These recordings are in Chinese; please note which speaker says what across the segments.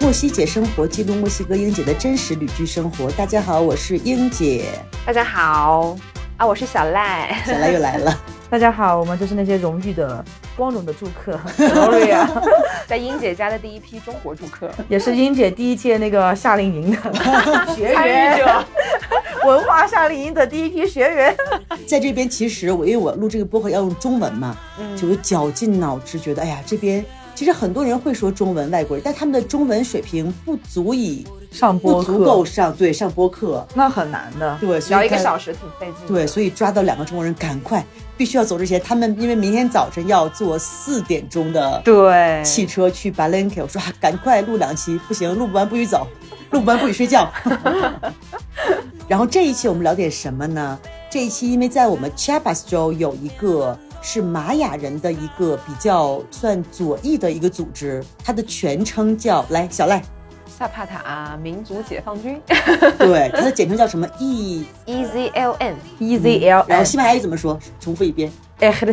Speaker 1: 露西姐生活记录墨西哥英姐的真实旅居生活。大家好，我是英 姐。
Speaker 2: 大家好啊，我是小赖。
Speaker 1: 小赖又来了，
Speaker 3: 大家好，我们就是那些荣誉的、光荣的住客
Speaker 1: 啊
Speaker 2: Gloria，在 英姐家的第一批中国住客，
Speaker 3: 也是英姐第一届那个夏令 营的学
Speaker 1: 啊
Speaker 2: 参与
Speaker 3: 员，
Speaker 2: 者。
Speaker 3: 文化夏令营的第一批学员。
Speaker 1: 在这边其实我因为我录这个播客要用中文嘛，
Speaker 2: 嗯
Speaker 1: 就绞尽脑汁，觉得哎呀这边。其实很多人会说中文，外国人，但他们的中文水平不足以
Speaker 3: 上
Speaker 1: 不
Speaker 3: 播
Speaker 1: 足够
Speaker 3: 课
Speaker 1: 上对上播课，
Speaker 3: 那很难的，
Speaker 1: 对，所以
Speaker 2: 聊一个
Speaker 1: 他
Speaker 2: 小时挺费劲。
Speaker 1: 对，，所以抓到两个中国人，赶快必须要走之前，他们因为明天早晨要坐四点钟的
Speaker 3: 对
Speaker 1: 汽车去 Balenque，我说、啊、赶快录两期，不行，录不完不许走，录不完不许睡觉。 然后这一期我们聊点什么呢？这一期因为在我们 Chiapas 州有一个是玛雅人的一个比较算左翼的一个组织，它的全称叫来小 赖，
Speaker 2: 萨帕塔啊民族解放军
Speaker 1: 对，它的简称叫什么 E，嗯
Speaker 2: （EZLN）。
Speaker 3: E Z L
Speaker 1: 然后
Speaker 3: N
Speaker 1: 西班牙语怎么说？重复一遍。
Speaker 2: Ejército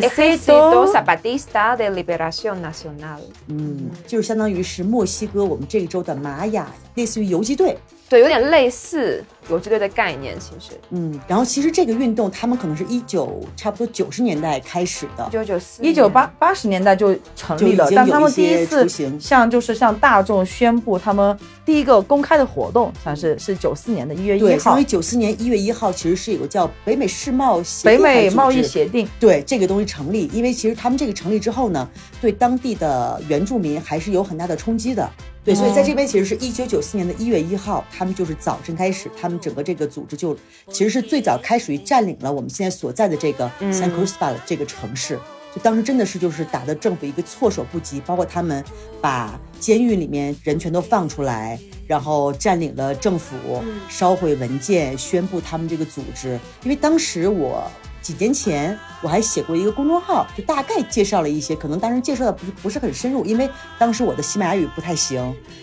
Speaker 3: Ejército
Speaker 2: Zapatista de Liberación Nacional。
Speaker 1: 嗯，就是相当于是墨西哥我们这个州的玛雅，类似于游击队。
Speaker 2: 对，有点类似游击队的概念，其实
Speaker 1: 嗯，然后其实这个运动他们可能是一九差不多九十年代开始的
Speaker 2: 一，九九四、
Speaker 3: 一九八八十年代就成立了
Speaker 1: 就已，经
Speaker 3: 但他
Speaker 1: 有一
Speaker 3: 们第
Speaker 1: 些
Speaker 3: 一
Speaker 1: 雏
Speaker 3: 次
Speaker 1: 形
Speaker 3: 向就是向大众宣布他们第一个公开的活动，算是是九四年的一月一
Speaker 1: 对，
Speaker 3: 号
Speaker 1: 相当于，九四年一月一号其实是有个叫北美世贸协
Speaker 3: 北
Speaker 1: 定还
Speaker 3: 美
Speaker 1: 是组
Speaker 3: 贸易
Speaker 1: 织
Speaker 3: 协定。
Speaker 1: 对这个东西成立，因为其实他们这个成立之后呢，对当地的原住民还是有很大的冲击的。对，所以在这边其实是一九九四年的一月一号，他们就是早晨开始，他们整个这个组织就其实是最早开始于占领了我们现在所在的这个
Speaker 3: 嗯
Speaker 1: San Cristobal 这个城市。就当时真的是就是打的政府一个措手不及，包括他们把监狱里面人全都放出来，然后占领了政府，烧毁文件，宣布他们这个组织。因为当时我几年前我还写过一个公众号，就大概介绍了一些，可能当时介绍的不是不是很深入，因为当时我的西班牙语不太行，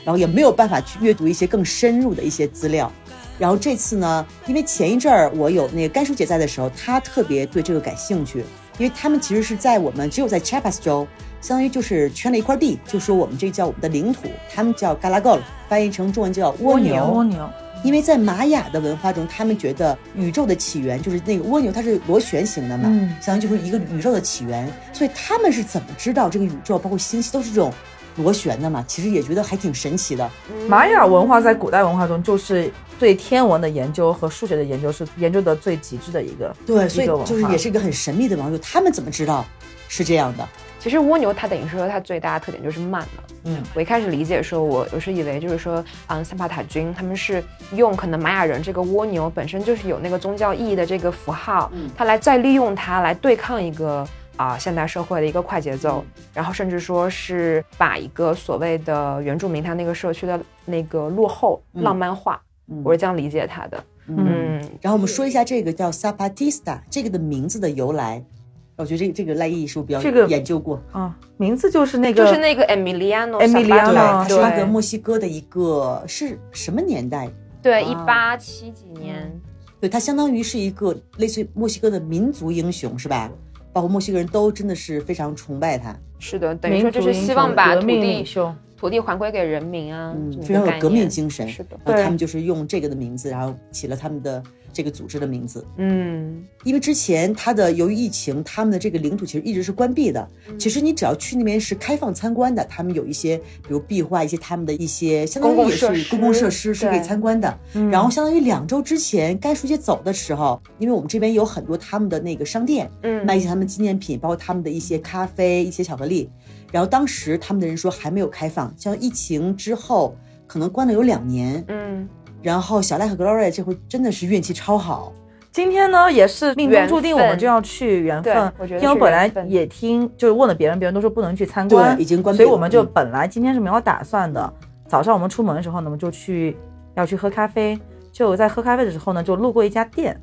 Speaker 1: 然后也没有办法去阅读一些更深入的一些资料。然后这次呢，因为前一阵儿我有那个甘叔姐在的时候，她特别对这个感兴趣，因为他们其实是在我们只有在 Chiapas 州，相当于就是圈了一块地，就说我们这叫我们的领土，他们叫 Galagol，翻译成中文叫蜗牛。
Speaker 3: 蜗牛，
Speaker 1: 因为在玛雅的文化中，他们觉得宇宙的起源就是那个蜗牛，它是螺旋形的嘛，
Speaker 3: 嗯
Speaker 1: 相当于就是一个宇宙的起源。所以他们是怎么知道这个宇宙包括星系都是这种螺旋的嘛？其实也觉得还挺神奇的。
Speaker 3: 玛雅文化在古代文化中就是对天文的研究和数学的研究是研究的最极致的一个
Speaker 1: 对，所以
Speaker 3: 一个文化
Speaker 1: 就是也是一个很神秘的网友，他们怎么知道是这样的？
Speaker 2: 其实蜗牛它等于说它最大的特点就是慢嘛。
Speaker 1: 嗯，
Speaker 2: 我一开始理解说，我我是以为就是说，嗯，三帕塔军他们是用可能玛雅人这个蜗牛本身就是有那个宗教意义的这个符号，
Speaker 1: 嗯
Speaker 2: 它来再利用它来对抗一个。啊、现代社会的一个快节奏，
Speaker 1: 嗯
Speaker 2: 然后甚至说是把一个所谓的原住民他那个社区的那个落后
Speaker 1: 嗯
Speaker 2: 浪漫化，
Speaker 1: 嗯
Speaker 2: 我是这样理解他的。
Speaker 3: 嗯
Speaker 2: 嗯，
Speaker 1: 然后我们说一下这个叫 Zapatista 这个的名字的由来。我觉得这个这个赖艺是不是比较
Speaker 3: 这个
Speaker 1: 研究过？
Speaker 3: 啊，名字就是那个
Speaker 2: 就是那个 Emiliano
Speaker 3: Emiliano，
Speaker 2: Zapata，
Speaker 1: 它
Speaker 3: 啊
Speaker 1: 是
Speaker 2: 对
Speaker 1: 一个墨西哥的一个是什么年代？
Speaker 2: 对，一
Speaker 1: 啊
Speaker 2: 八七几年
Speaker 3: 嗯，
Speaker 1: 对，它相当于是一个类似于墨西哥的民族英雄，是吧？包括墨西哥人都真的是非常崇拜他，
Speaker 2: 是的，等于
Speaker 3: 民
Speaker 2: 说
Speaker 3: 族
Speaker 2: 就是
Speaker 3: 英
Speaker 2: 希
Speaker 3: 雄
Speaker 2: 望把
Speaker 3: 革
Speaker 2: 土
Speaker 3: 命领
Speaker 2: 地
Speaker 3: 袖。
Speaker 2: 土地还归给人民啊，
Speaker 1: 嗯
Speaker 2: 这，么
Speaker 1: 非
Speaker 2: 一
Speaker 1: 常
Speaker 2: 个
Speaker 1: 有
Speaker 2: 概
Speaker 1: 革命
Speaker 2: 念
Speaker 1: 精神。
Speaker 2: 是的，
Speaker 1: 然后
Speaker 3: 对
Speaker 1: 他们就是用这个的名字，然后起了他们的这个组织的名字。
Speaker 2: 嗯，
Speaker 1: 因为之前他的由于疫情，他们的这个领土其实一直是关闭的。嗯其实你只要去那边是开放参观的，他们有一些比如壁画，一些他们的一些相当于
Speaker 2: 公共
Speaker 1: 也
Speaker 2: 设
Speaker 1: 是公共
Speaker 2: 施
Speaker 1: 设施是可以
Speaker 2: 对嗯
Speaker 1: 参观的。
Speaker 3: 嗯
Speaker 1: 然后相当于两周之前，甘书记走的时候，因为我们这边有很多他们的那个商店，
Speaker 2: 嗯
Speaker 1: 卖一些他们纪念品，包括他们的一些咖啡、一些巧克力。然后当时他们的人说还没有开放，像疫情之后可能关了有两年。
Speaker 2: 嗯，
Speaker 1: 然后小赖和 Gloria 这回真的是运气超好，
Speaker 3: 今天呢，也是命中注定，
Speaker 2: 缘
Speaker 3: 我
Speaker 2: 分
Speaker 3: 们就要去缘分
Speaker 2: 对。我觉得是
Speaker 3: 因为我本来
Speaker 2: 缘分
Speaker 3: 也听，就是问了别人，别人都说不能去参
Speaker 1: 对
Speaker 3: 观，，
Speaker 1: 已经关闭
Speaker 3: 所
Speaker 1: 了，
Speaker 3: 以我们就
Speaker 1: 嗯
Speaker 3: 本来今天是没有打算的。早上我们出门的时候呢，我们就去要去喝咖啡，就在喝咖啡的时候呢，就路过一家店。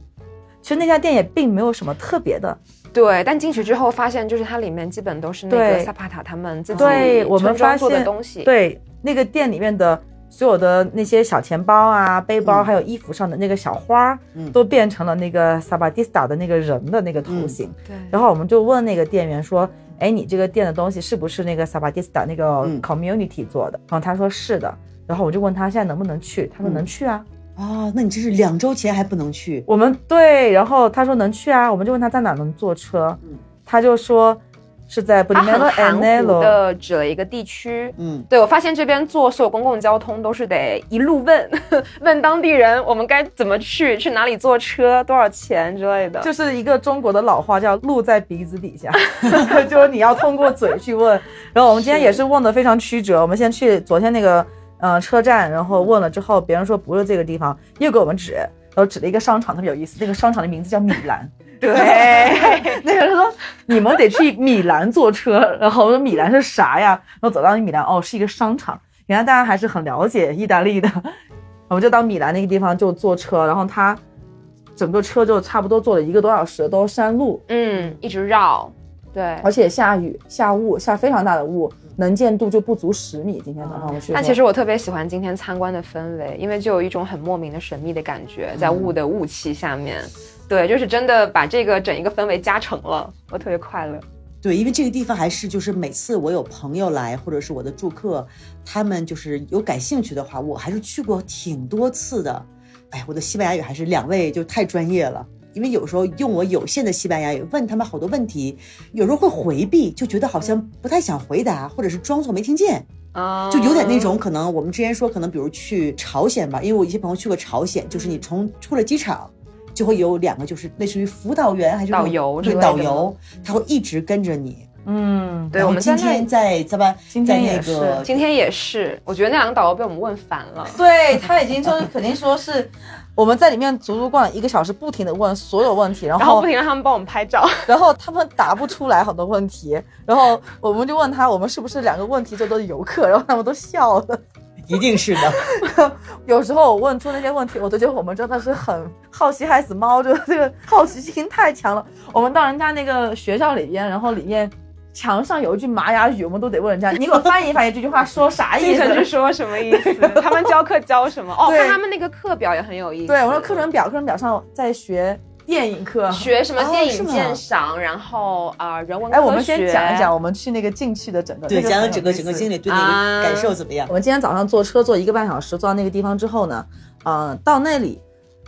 Speaker 3: 其实那家店也并没有什么特别的，
Speaker 2: 对。但进去之后发现，就是它里面基本都是那个
Speaker 3: 对
Speaker 2: 萨帕塔他们自己
Speaker 3: 对我们
Speaker 2: 村庄
Speaker 3: 发
Speaker 2: 做的
Speaker 3: 现
Speaker 2: 东西，，
Speaker 3: 对那个店里面的所有的那些小钱包啊、背包，
Speaker 1: 嗯
Speaker 3: 还有衣服上的那个小花儿
Speaker 1: 嗯，
Speaker 3: 都变成了那个 Sabatista 的那个人的那个头
Speaker 1: 嗯
Speaker 3: 型。
Speaker 2: 对
Speaker 3: 然后我们就问那个店员说：“哎，你这个店的东西是不是那个 Sabatista 那个
Speaker 1: 嗯
Speaker 3: community 做的？”然后他说是的。然后我就问他现在能不能去，他说能去啊。
Speaker 1: 啊，那你这是两周前还不能去，
Speaker 3: 我们对，然后他说能去啊，我们就问他在哪能坐车，
Speaker 1: 嗯
Speaker 3: 他就说是在 b o
Speaker 2: 他
Speaker 3: n e l o
Speaker 2: 很
Speaker 3: a n e
Speaker 2: 含
Speaker 3: l
Speaker 2: 糊
Speaker 3: o
Speaker 2: 的指了一个地区。
Speaker 1: 嗯，
Speaker 2: 对，我发现这边坐所有公共交通都是得一路问， 问当地人我们该怎么去，去哪里坐车，多少钱之类的。
Speaker 3: 就是一个中国的老话叫“路在鼻子底下”， 就是你要通过嘴去问。然后我们今天也是问的非常曲折，我们先去昨天那个呃车站，然后问了之后，别人说不是这个地方，又给我们指，然后指了一个商场，特别有意思，那个商场的名字叫米兰。
Speaker 2: 对，
Speaker 3: 那个人说你们得去米兰坐车，然后我说米兰是啥呀？然后走到米兰，哦，是一个商场。原来大家还是很了解意大利的。 我们就到米兰那个地方就坐车，然后他整个车就差不多坐了一个多小时，都是山路，
Speaker 2: 嗯，一直绕，对。
Speaker 3: 而且下雨、下雾、下非常大的雾，能见度就不足十米。今天早上我们去的时候，嗯
Speaker 2: 但其实我特别喜欢今天参观的氛围，因为就有一种很莫名的神秘的感觉，在
Speaker 3: 嗯
Speaker 2: 雾的雾气下面，对，就是真的把这个整一个氛围加成了，我特别快乐。
Speaker 1: 对，因为这个地方还是就是每次我有朋友来，或者是我的住客，他们就是有感兴趣的话，我还是去过挺多次的。哎，我的西班牙语还是两位就太专业了，因为有时候用我有限的西班牙语问他们好多问题，有时候会回避，就觉得好像不太想回答，或者是装作没听见。
Speaker 2: 啊，
Speaker 1: 就有点那种可能，我们之前说可能，比如去朝鲜吧，因为我一些朋友去过朝鲜，就是
Speaker 2: 嗯
Speaker 1: 你从出了机场，就会有两个就是类似于辅导员还是那种
Speaker 2: 导游之
Speaker 1: 对
Speaker 2: 类的
Speaker 1: 导
Speaker 2: 吗
Speaker 1: 游，他会一直跟着你。
Speaker 3: 嗯，
Speaker 2: 对
Speaker 1: 然后
Speaker 2: 我们
Speaker 1: 今
Speaker 2: 在那
Speaker 1: 天在咱们
Speaker 3: 今
Speaker 1: 在
Speaker 3: 天也
Speaker 1: 那个
Speaker 3: 是
Speaker 2: 今天也是，我觉得那两个导游被我们问烦了。
Speaker 3: 对他已经说肯定说是我们在里面足足逛了一个小时，不停的问所有问题，然
Speaker 2: 然后不停让他们帮我们拍照，
Speaker 3: 然后他们答不出来很多问题，然后我们就问他，我们是不是两个问题就都是游客？然后他们都笑了。
Speaker 1: 一定是 的，
Speaker 3: 有时候我问出那些问题，我都觉得我们真的是很好奇害死猫，就是这个好奇心太强了。我们到人家那个学校里边，然后里面墙上有一句玛雅语，我们都得问人家，你给我翻译翻译这句话说啥 意
Speaker 2: 医 生是
Speaker 3: 思？
Speaker 2: 说什么意 思？他们教课教什么？哦，
Speaker 3: 对
Speaker 2: 看他们那个课表也很有意思。
Speaker 3: 对，我说课程表，课程表上在学电影课。
Speaker 2: 学什么
Speaker 1: 哦
Speaker 2: 电
Speaker 1: 是
Speaker 2: 影
Speaker 1: 吗
Speaker 2: 鉴赏，然后啊、人文
Speaker 3: 哎，我
Speaker 2: 科
Speaker 3: 们先
Speaker 2: 学
Speaker 3: 讲一讲我们去那个进去的整个，
Speaker 1: 对，
Speaker 3: 那
Speaker 1: 讲讲
Speaker 3: 很有
Speaker 1: 整个
Speaker 3: 意
Speaker 1: 整个
Speaker 3: 思
Speaker 1: 经历对你
Speaker 2: 啊
Speaker 1: 的感受怎么样？
Speaker 3: 我们今天早上坐车坐一个半小时，坐到那个地方之后呢，呃，到那里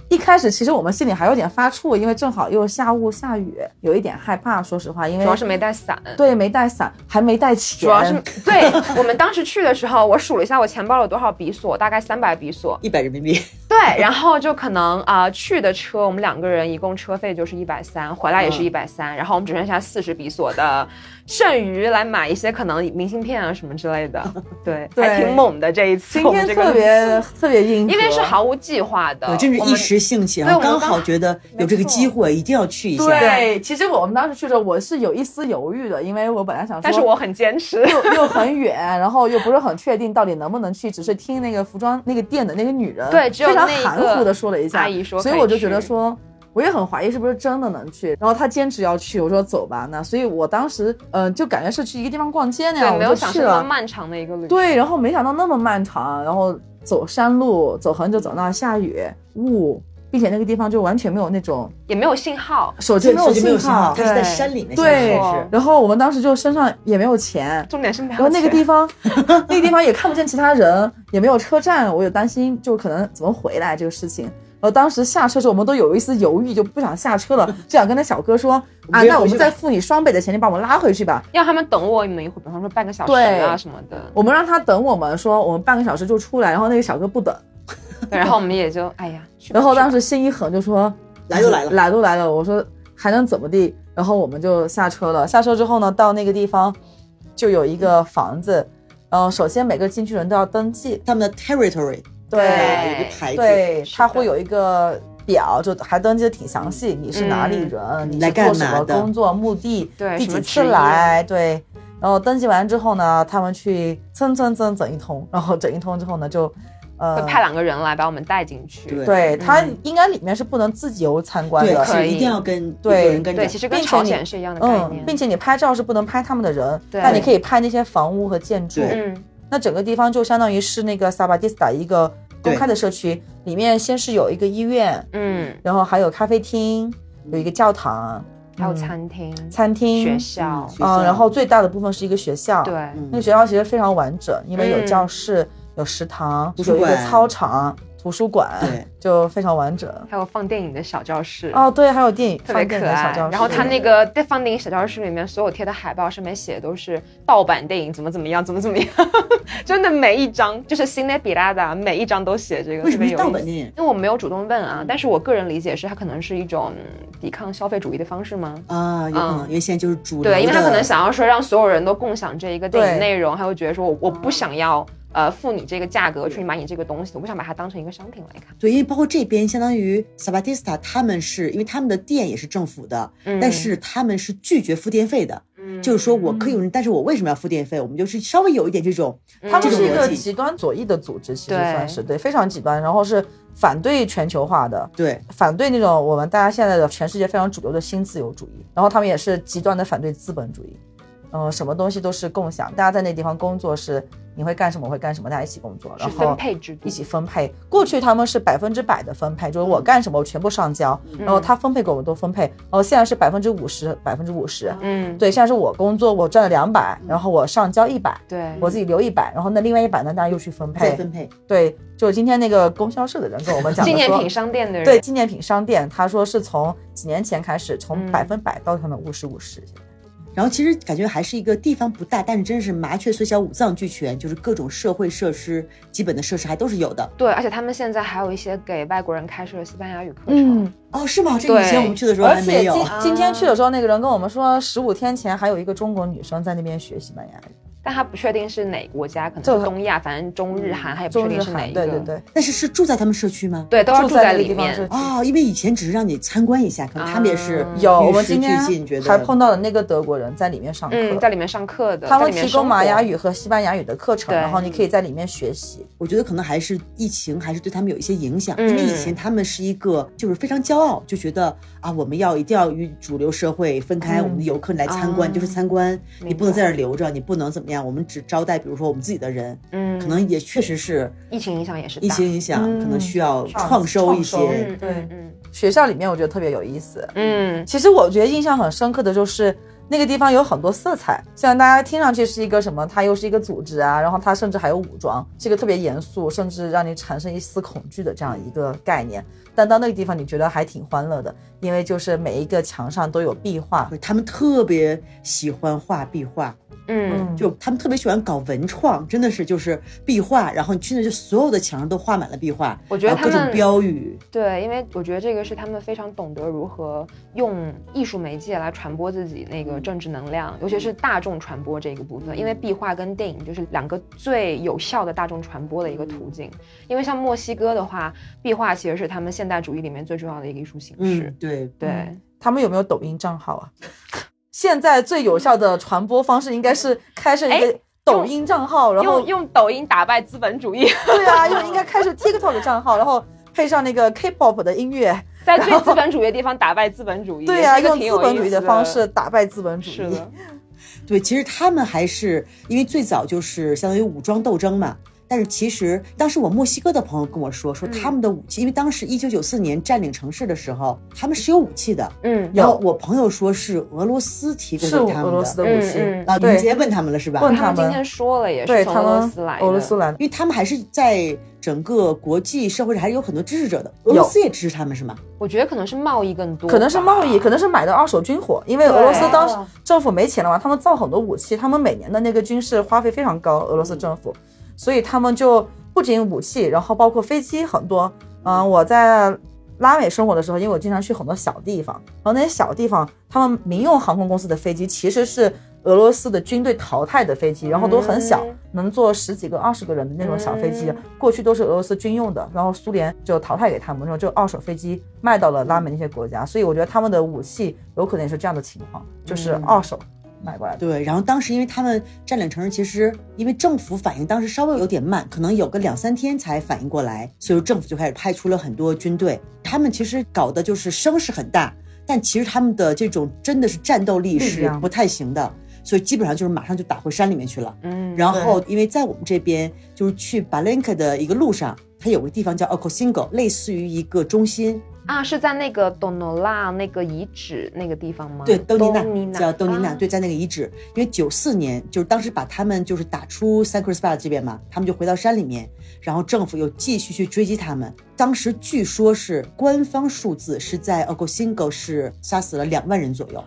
Speaker 3: 一开始其实我们心里还有点发怵，因为正好又下雾下雨，有一点害怕。说实话，因为
Speaker 2: 主要是没带伞。
Speaker 3: 对没带伞，还没带钱，
Speaker 2: 主要是对我们当时去的时候，我数了一下我钱包有多少比索，大概三百比索。
Speaker 1: 一百人民币，
Speaker 2: 对，然后就可能啊、去的车我们两个人一共车费就是一百三，回来也是
Speaker 1: 嗯
Speaker 2: 一百三，然后我们只剩下四十比索的剩余来买一些可能明信片啊什么之类的。 对，还
Speaker 3: 对
Speaker 2: 挺猛的这一次，
Speaker 3: 今
Speaker 2: 我们这
Speaker 3: 天
Speaker 2: 个
Speaker 3: 特别特别应，
Speaker 2: 因为是。毫无计划的，
Speaker 1: 对，真是
Speaker 2: 哦我
Speaker 1: 一
Speaker 2: 们
Speaker 1: 时兴起，
Speaker 2: 对
Speaker 1: 然后
Speaker 2: 我们
Speaker 1: 刚
Speaker 2: 刚
Speaker 1: 好觉得有这个
Speaker 2: 没错
Speaker 1: 机会，一定要去一下。
Speaker 3: 对，其实我们当时去的时候，我是有一丝犹豫的，因为我本来想说，
Speaker 2: 但是我很坚持。
Speaker 3: 又又很远，然后又不是很确定到底能不能去，只是听那个服装那个店的那个女人，
Speaker 2: 对只有
Speaker 3: 非常
Speaker 2: 那一个
Speaker 3: 含糊的说了一下，
Speaker 2: 阿姨说
Speaker 3: 所以
Speaker 2: 可以
Speaker 3: 我就觉得
Speaker 2: 去
Speaker 3: 说。我也很怀疑是不是真的能去，然后她坚持要去，我说走吧，那所以我当时，嗯、就感觉是去一个地方逛街那样，
Speaker 2: 对，
Speaker 3: 哎我
Speaker 2: 没有
Speaker 3: 就
Speaker 2: 想
Speaker 3: 去
Speaker 2: 象那么
Speaker 3: 了，
Speaker 2: 漫长的一个旅程。
Speaker 3: 对，然后没想到那么漫长，然后走山路，走很久，走到下雨雾，并且那个地方就完全没有那种
Speaker 2: 也没有信号，
Speaker 3: 手机
Speaker 1: 对，
Speaker 3: 没
Speaker 1: 手
Speaker 3: 有
Speaker 1: 机没有信号，它
Speaker 3: 对
Speaker 1: 是在山里面，
Speaker 3: 对
Speaker 1: 现在是
Speaker 3: 然后我们当时就身上也没有钱，
Speaker 2: 重点是没有
Speaker 3: 然后那个
Speaker 2: 钱
Speaker 3: 地方， 那个地方也看不见其他人，也没有车站，我有担心，就可能怎么回来这个事情。然后当时下车的时候，我们都有一丝犹豫，就不想下车了，就想跟那小哥说啊，
Speaker 1: 直接
Speaker 3: 那我
Speaker 1: 回去
Speaker 3: 们
Speaker 1: 吧
Speaker 3: 再付你双倍的钱，你把我们拉回去吧。
Speaker 2: 让他们等我们一会儿，比方说半个小时啊
Speaker 3: 对
Speaker 2: 什么的。
Speaker 3: 我们让他等我们，说我们半个小时就出来，然后那个小哥不等，
Speaker 2: 对，然后我们也就哎呀，去吧
Speaker 3: 然后当
Speaker 2: 去
Speaker 3: 时心一狠就说
Speaker 1: 来都来了
Speaker 3: 来都来了，我说还能怎么地？然后我们就下车了。下车之后呢，到那个地方就有一个房子，嗯、首先每个进去人都要登记，
Speaker 1: 他们的 territory，
Speaker 2: 对
Speaker 1: 有一个牌子，
Speaker 3: 对，
Speaker 2: 是
Speaker 3: 他
Speaker 2: 的
Speaker 3: 会有一个表，就还登记的挺详细，你是哪里
Speaker 2: 嗯
Speaker 3: 人，你
Speaker 1: 来
Speaker 3: 是
Speaker 1: 干
Speaker 3: 做
Speaker 1: 嘛
Speaker 3: 什么
Speaker 1: 的
Speaker 3: 工作，目的，
Speaker 2: 对
Speaker 3: 第
Speaker 2: 什
Speaker 3: 几
Speaker 2: 么
Speaker 3: 次
Speaker 2: 职业
Speaker 3: 来，对。然后登记完之后呢，他们去蹭蹭蹭整一通，然后整一通之后呢，就，
Speaker 2: 吧
Speaker 3: 呃
Speaker 2: 会，派两个人来把我们带进去。
Speaker 1: 对
Speaker 3: 对他
Speaker 2: 嗯
Speaker 3: 应该里面是不能自由参观
Speaker 1: 对，
Speaker 3: 的，
Speaker 2: 可
Speaker 1: 是
Speaker 2: 以
Speaker 1: 一定要跟
Speaker 3: 对
Speaker 1: 有人跟着
Speaker 2: 对，，其实跟
Speaker 3: 并且
Speaker 2: 朝
Speaker 3: 你
Speaker 2: 鲜是一样的概
Speaker 3: 嗯
Speaker 2: 念，。
Speaker 3: 并且你拍照是不能拍他们的人，
Speaker 2: 对
Speaker 3: 但你可以拍那些房屋和建筑。
Speaker 1: 对
Speaker 2: 嗯，
Speaker 3: 那整个地方就相当于是那个萨巴蒂斯塔一个公开的社区，里面先是有一个医院，
Speaker 2: 嗯，
Speaker 3: 然后还有咖啡厅，有一个教堂，
Speaker 2: 还有
Speaker 3: 嗯
Speaker 2: 餐厅、
Speaker 3: 餐
Speaker 2: 学
Speaker 3: 厅、
Speaker 2: 校
Speaker 1: 嗯，学校
Speaker 3: 嗯，然后最大的部分是一个学校。，
Speaker 2: 对，嗯
Speaker 3: 那个
Speaker 1: 嗯，
Speaker 3: 学校其实非常完整，因为有教室，有食堂，
Speaker 1: 图书
Speaker 3: 有一个
Speaker 1: 馆
Speaker 3: 操场、图书馆，
Speaker 1: 对，
Speaker 3: 就非常完整。
Speaker 2: 还有放电影的小教室，
Speaker 3: 哦，对，还有电影
Speaker 2: 特
Speaker 3: 放
Speaker 2: 别
Speaker 3: 电
Speaker 2: 可
Speaker 3: 影的小
Speaker 2: 爱
Speaker 3: 教。室，
Speaker 2: 然后他那个在放电影小教室里面，所有贴的海报上面写的都是盗版电影怎么怎么样，怎么怎么样， 真的每一张就是新的比拉达，每一张都写这个。
Speaker 1: 为什么
Speaker 2: 特别
Speaker 1: 是
Speaker 2: 有
Speaker 1: 盗
Speaker 2: 意
Speaker 1: 版
Speaker 2: 思
Speaker 1: 电影
Speaker 2: 因为我没有主动问啊，
Speaker 3: 嗯
Speaker 2: 但是我个人理解是，它可能是一种嗯抵抗消费主义的方式吗？
Speaker 1: 啊？有可能，因为现在就是主流
Speaker 2: 嗯对，因为他
Speaker 1: 的
Speaker 2: 可能想要说让所有人都共享这一个电
Speaker 3: 对
Speaker 2: 影内容，他会觉得说我我不想要呃付你这个价格去买你这个东西，我不想把它当成一个商品来看。
Speaker 1: 对，因为包括这边相当于 Sabatista 他们是因为他们的店也是政府的，
Speaker 2: 嗯
Speaker 1: 但是他们是拒绝付电费的，就是说我可以
Speaker 3: 嗯
Speaker 1: 用，但是我为什么要付电费？我们就是稍微有一点这种，
Speaker 2: 嗯
Speaker 3: 他们
Speaker 1: 这
Speaker 3: 是一
Speaker 1: 种逻
Speaker 3: 个
Speaker 1: 辑
Speaker 3: 极端左翼的组织，其实
Speaker 2: 对
Speaker 3: 算是对，非常极端，然后是反对全球化的，
Speaker 1: 对
Speaker 3: 反对那种我们大家现在的全世界非常主流的新自由主义，然后他们也是极端的反对资本主义，嗯、什么东西都是共享，大家在那地方工作是你会干什么，我会干什么，大家一起工作，
Speaker 2: 是
Speaker 3: 然
Speaker 2: 分
Speaker 3: 后
Speaker 2: 配制度
Speaker 3: 一，起分配。过去他们是百分之百的分配，
Speaker 2: 嗯
Speaker 3: 就是我干什么我全部上交，然后他分配给我们都分配，然后现在是百分之五十，百分之五十。
Speaker 2: 嗯，
Speaker 3: 对，现在是我工作，我赚了两百，然后我上交一百，
Speaker 2: 对，
Speaker 3: 我自己留一百，然后那另外一百呢，大家又去分配。
Speaker 1: 再分配，
Speaker 3: 对，就是今天那个供销社的人跟我们讲的
Speaker 2: 纪念
Speaker 3: 说
Speaker 2: 品商店的人
Speaker 3: 对纪念品商店，他说是从几年前开始，从
Speaker 2: 嗯
Speaker 3: 百分百到他们五十五十。
Speaker 1: 然后其实感觉还是一个地方不大，但是真是麻雀虽小五脏俱全，就是各种社会设施、基本的设施还都是有的。
Speaker 2: 对，而且他们现在还有一些给外国人开设的西班牙语课程。，
Speaker 3: 嗯
Speaker 1: 哦，是吗？这个以前我们去的时候
Speaker 3: 而
Speaker 1: 还
Speaker 3: 且
Speaker 1: 没
Speaker 3: 今
Speaker 1: 有。啊
Speaker 3: 今天去的时候，那个人跟我们说，十五天前还有一个中国女生在那边学西班牙语，
Speaker 2: 但他不确定是哪个国家，可能
Speaker 3: 就是
Speaker 2: 东亚，反正中日韩，他也不确
Speaker 3: 中
Speaker 2: 定
Speaker 3: 日
Speaker 2: 是哪
Speaker 3: 韩，
Speaker 2: 一个。
Speaker 3: 对对对，
Speaker 1: 但是是住在他们社区吗？
Speaker 2: 对，都要
Speaker 3: 住
Speaker 2: 住
Speaker 3: 在
Speaker 2: 在
Speaker 3: 那个地
Speaker 2: 里
Speaker 3: 方
Speaker 2: 面。
Speaker 3: 是
Speaker 1: 哦，因为以前只是让你参观一下，可能他们也是
Speaker 2: 啊
Speaker 3: 有我
Speaker 1: 与
Speaker 3: 们
Speaker 1: 时
Speaker 3: 今天
Speaker 1: 俱进觉得
Speaker 3: 还碰到了那个德国人在里面上课，
Speaker 2: 嗯，在里面上课的，
Speaker 3: 他
Speaker 2: 在
Speaker 3: 会
Speaker 2: 里面
Speaker 3: 提供
Speaker 2: 生
Speaker 3: 玛雅
Speaker 2: 活。
Speaker 3: 语和西班牙语的课程，
Speaker 2: 对
Speaker 3: 然后你可以在里面学习。
Speaker 1: 我觉得可能还是疫情，还是对他们有一些影响，
Speaker 2: 嗯
Speaker 1: 因为以前他们是一个就是非常骄傲，就觉得啊，我们要一定要与主流社会分开，
Speaker 3: 嗯
Speaker 1: 我们的游客来参观、
Speaker 2: 啊
Speaker 1: 就是参观，
Speaker 2: 白
Speaker 1: 你不能在这儿留着，你不能怎么样，我们只招待比如说我们自己的人，
Speaker 2: 嗯，
Speaker 1: 可能也确实是
Speaker 2: 疫情影响也是大
Speaker 1: 疫情影响，
Speaker 3: 嗯
Speaker 1: 可能需要创收一
Speaker 3: 创收
Speaker 1: 些。
Speaker 2: 嗯
Speaker 3: 对
Speaker 2: 嗯嗯
Speaker 3: 学校里面我觉得特别有意思，
Speaker 2: 嗯，
Speaker 3: 其实我觉得印象很深刻的就是那个地方有很多色彩，虽然大家听上去是一个什么，它又是一个组织啊，然后它甚至还有武装，是一个特别严肃，甚至让你产生一丝恐惧的这样一个概念。但到那个地方，你觉得还挺欢乐的，因为就是每一个墙上都有壁画，
Speaker 1: 他们特别喜欢画壁画，
Speaker 2: 嗯，
Speaker 1: 就他们特别喜欢搞文创，真的是就是壁画，然后你去那就所有的墙上都画满了壁画，
Speaker 2: 我觉得
Speaker 1: 然后各
Speaker 2: 他
Speaker 1: 种
Speaker 2: 们
Speaker 1: 标语，
Speaker 2: 对，因为我觉得这个是他们非常懂得如何用艺术媒介来传播自己那个政治能量，尤其是大众传播这个部分。因为壁画跟电影就是两个最有效的大众传播的一个途径。因为像墨西哥的话，壁画其实是他们现代主义里面最重要的一个艺术形式
Speaker 1: 嗯。，对，
Speaker 2: 对
Speaker 3: 嗯，他们有没有抖音账号啊？现在最有效的传播方式应该是开设一个
Speaker 2: 哎
Speaker 3: 抖音账号，然后
Speaker 2: 用用抖音打败资本主义，
Speaker 3: 对啊，用应该开设 TikTok 的账号，然后配上那个 K-pop 的音乐，
Speaker 2: 在最资本主义的地方打败资本主义，
Speaker 3: 对
Speaker 2: 呀、
Speaker 3: 呀、
Speaker 2: 啊，
Speaker 3: 用资本主义
Speaker 2: 的
Speaker 3: 的方式。打败资本主义。
Speaker 2: 是的，
Speaker 1: 对，其实他们还是因为最早就是相当于武装斗争嘛。但是其实当时我墨西哥的朋友跟我说，
Speaker 3: 嗯
Speaker 1: 说他们的武器，因为当时一九九四年占领城市的时候，他们是有武器的。
Speaker 2: 嗯，
Speaker 1: 然后我朋友说是俄罗斯提供
Speaker 3: 是
Speaker 1: 给他
Speaker 3: 俄
Speaker 1: 们
Speaker 3: 罗斯
Speaker 1: 的。
Speaker 3: 的武器。
Speaker 2: 嗯嗯
Speaker 1: 啊，你们
Speaker 3: 对
Speaker 1: 直接问他们了是吧？
Speaker 3: 问
Speaker 2: 他
Speaker 3: 他
Speaker 2: 们今
Speaker 3: 们
Speaker 2: 天说了，也
Speaker 3: 对
Speaker 2: 是从
Speaker 3: 他
Speaker 2: 俄
Speaker 3: 们
Speaker 2: 罗斯来的，
Speaker 3: 俄罗斯来的，
Speaker 1: 因为他们还是在整个国际社会上还是有很多支持者的。俄罗斯也支持他们是吗？
Speaker 2: 我觉得可能是贸易更多吧，
Speaker 3: 可能是贸易，可能是买的二手军火，因为俄罗斯
Speaker 2: 对啊
Speaker 3: 当时政府没钱了嘛，他们造很多武器，他们每年的那个军事花费非常高，俄罗
Speaker 2: 嗯
Speaker 3: 斯政府，所以他们就不仅武器，然后包括飞机很多。嗯、我在拉美生活的时候，因为我经常去很多小地方，然后那些小地方，他们民用航空公司的飞机其实是俄罗斯的军队淘汰的飞机，然后都很小，
Speaker 2: 嗯
Speaker 3: 能坐十几个、二十个人的那种小飞机
Speaker 2: 嗯，
Speaker 3: 过去都是俄罗斯军用的，然后苏联就淘汰给他们，然后就二手飞机卖到了拉美那些国家，所以我觉得他们的武器有可能也是这样的情况，就是
Speaker 1: 嗯
Speaker 3: 二手买过来的。
Speaker 1: 对，然后当时因为他们占领城市，其实因为政府反应当时稍微有点慢，可能有个两三天才反应过来，所以政府就开始派出了很多军队。他们其实搞的就是声势很大，但其实他们的这种真的是战斗力
Speaker 3: 力
Speaker 1: 是
Speaker 3: 量
Speaker 1: 不太行的，所以基本上就是马上就打回山里面去了。
Speaker 2: 嗯，
Speaker 1: 然后，因为在我们这边，就是去巴 a 克的一个路上，它有个地方叫 Ocosingo，类似于一个中心，
Speaker 2: 啊，是在那个董诺拉那个遗址那个地方吗？
Speaker 1: 对，东尼娜
Speaker 2: 尼娜
Speaker 1: 叫东尼娜，
Speaker 2: 啊
Speaker 1: 对，在那个遗址，因为九四年就是当时把他们就是打出 San c r i s p a 这边嘛，他们就回到山里面，然后政府又继续去追击他们。当时据说是官方数字是在哦 Ocosingo 是杀死了两万人左右，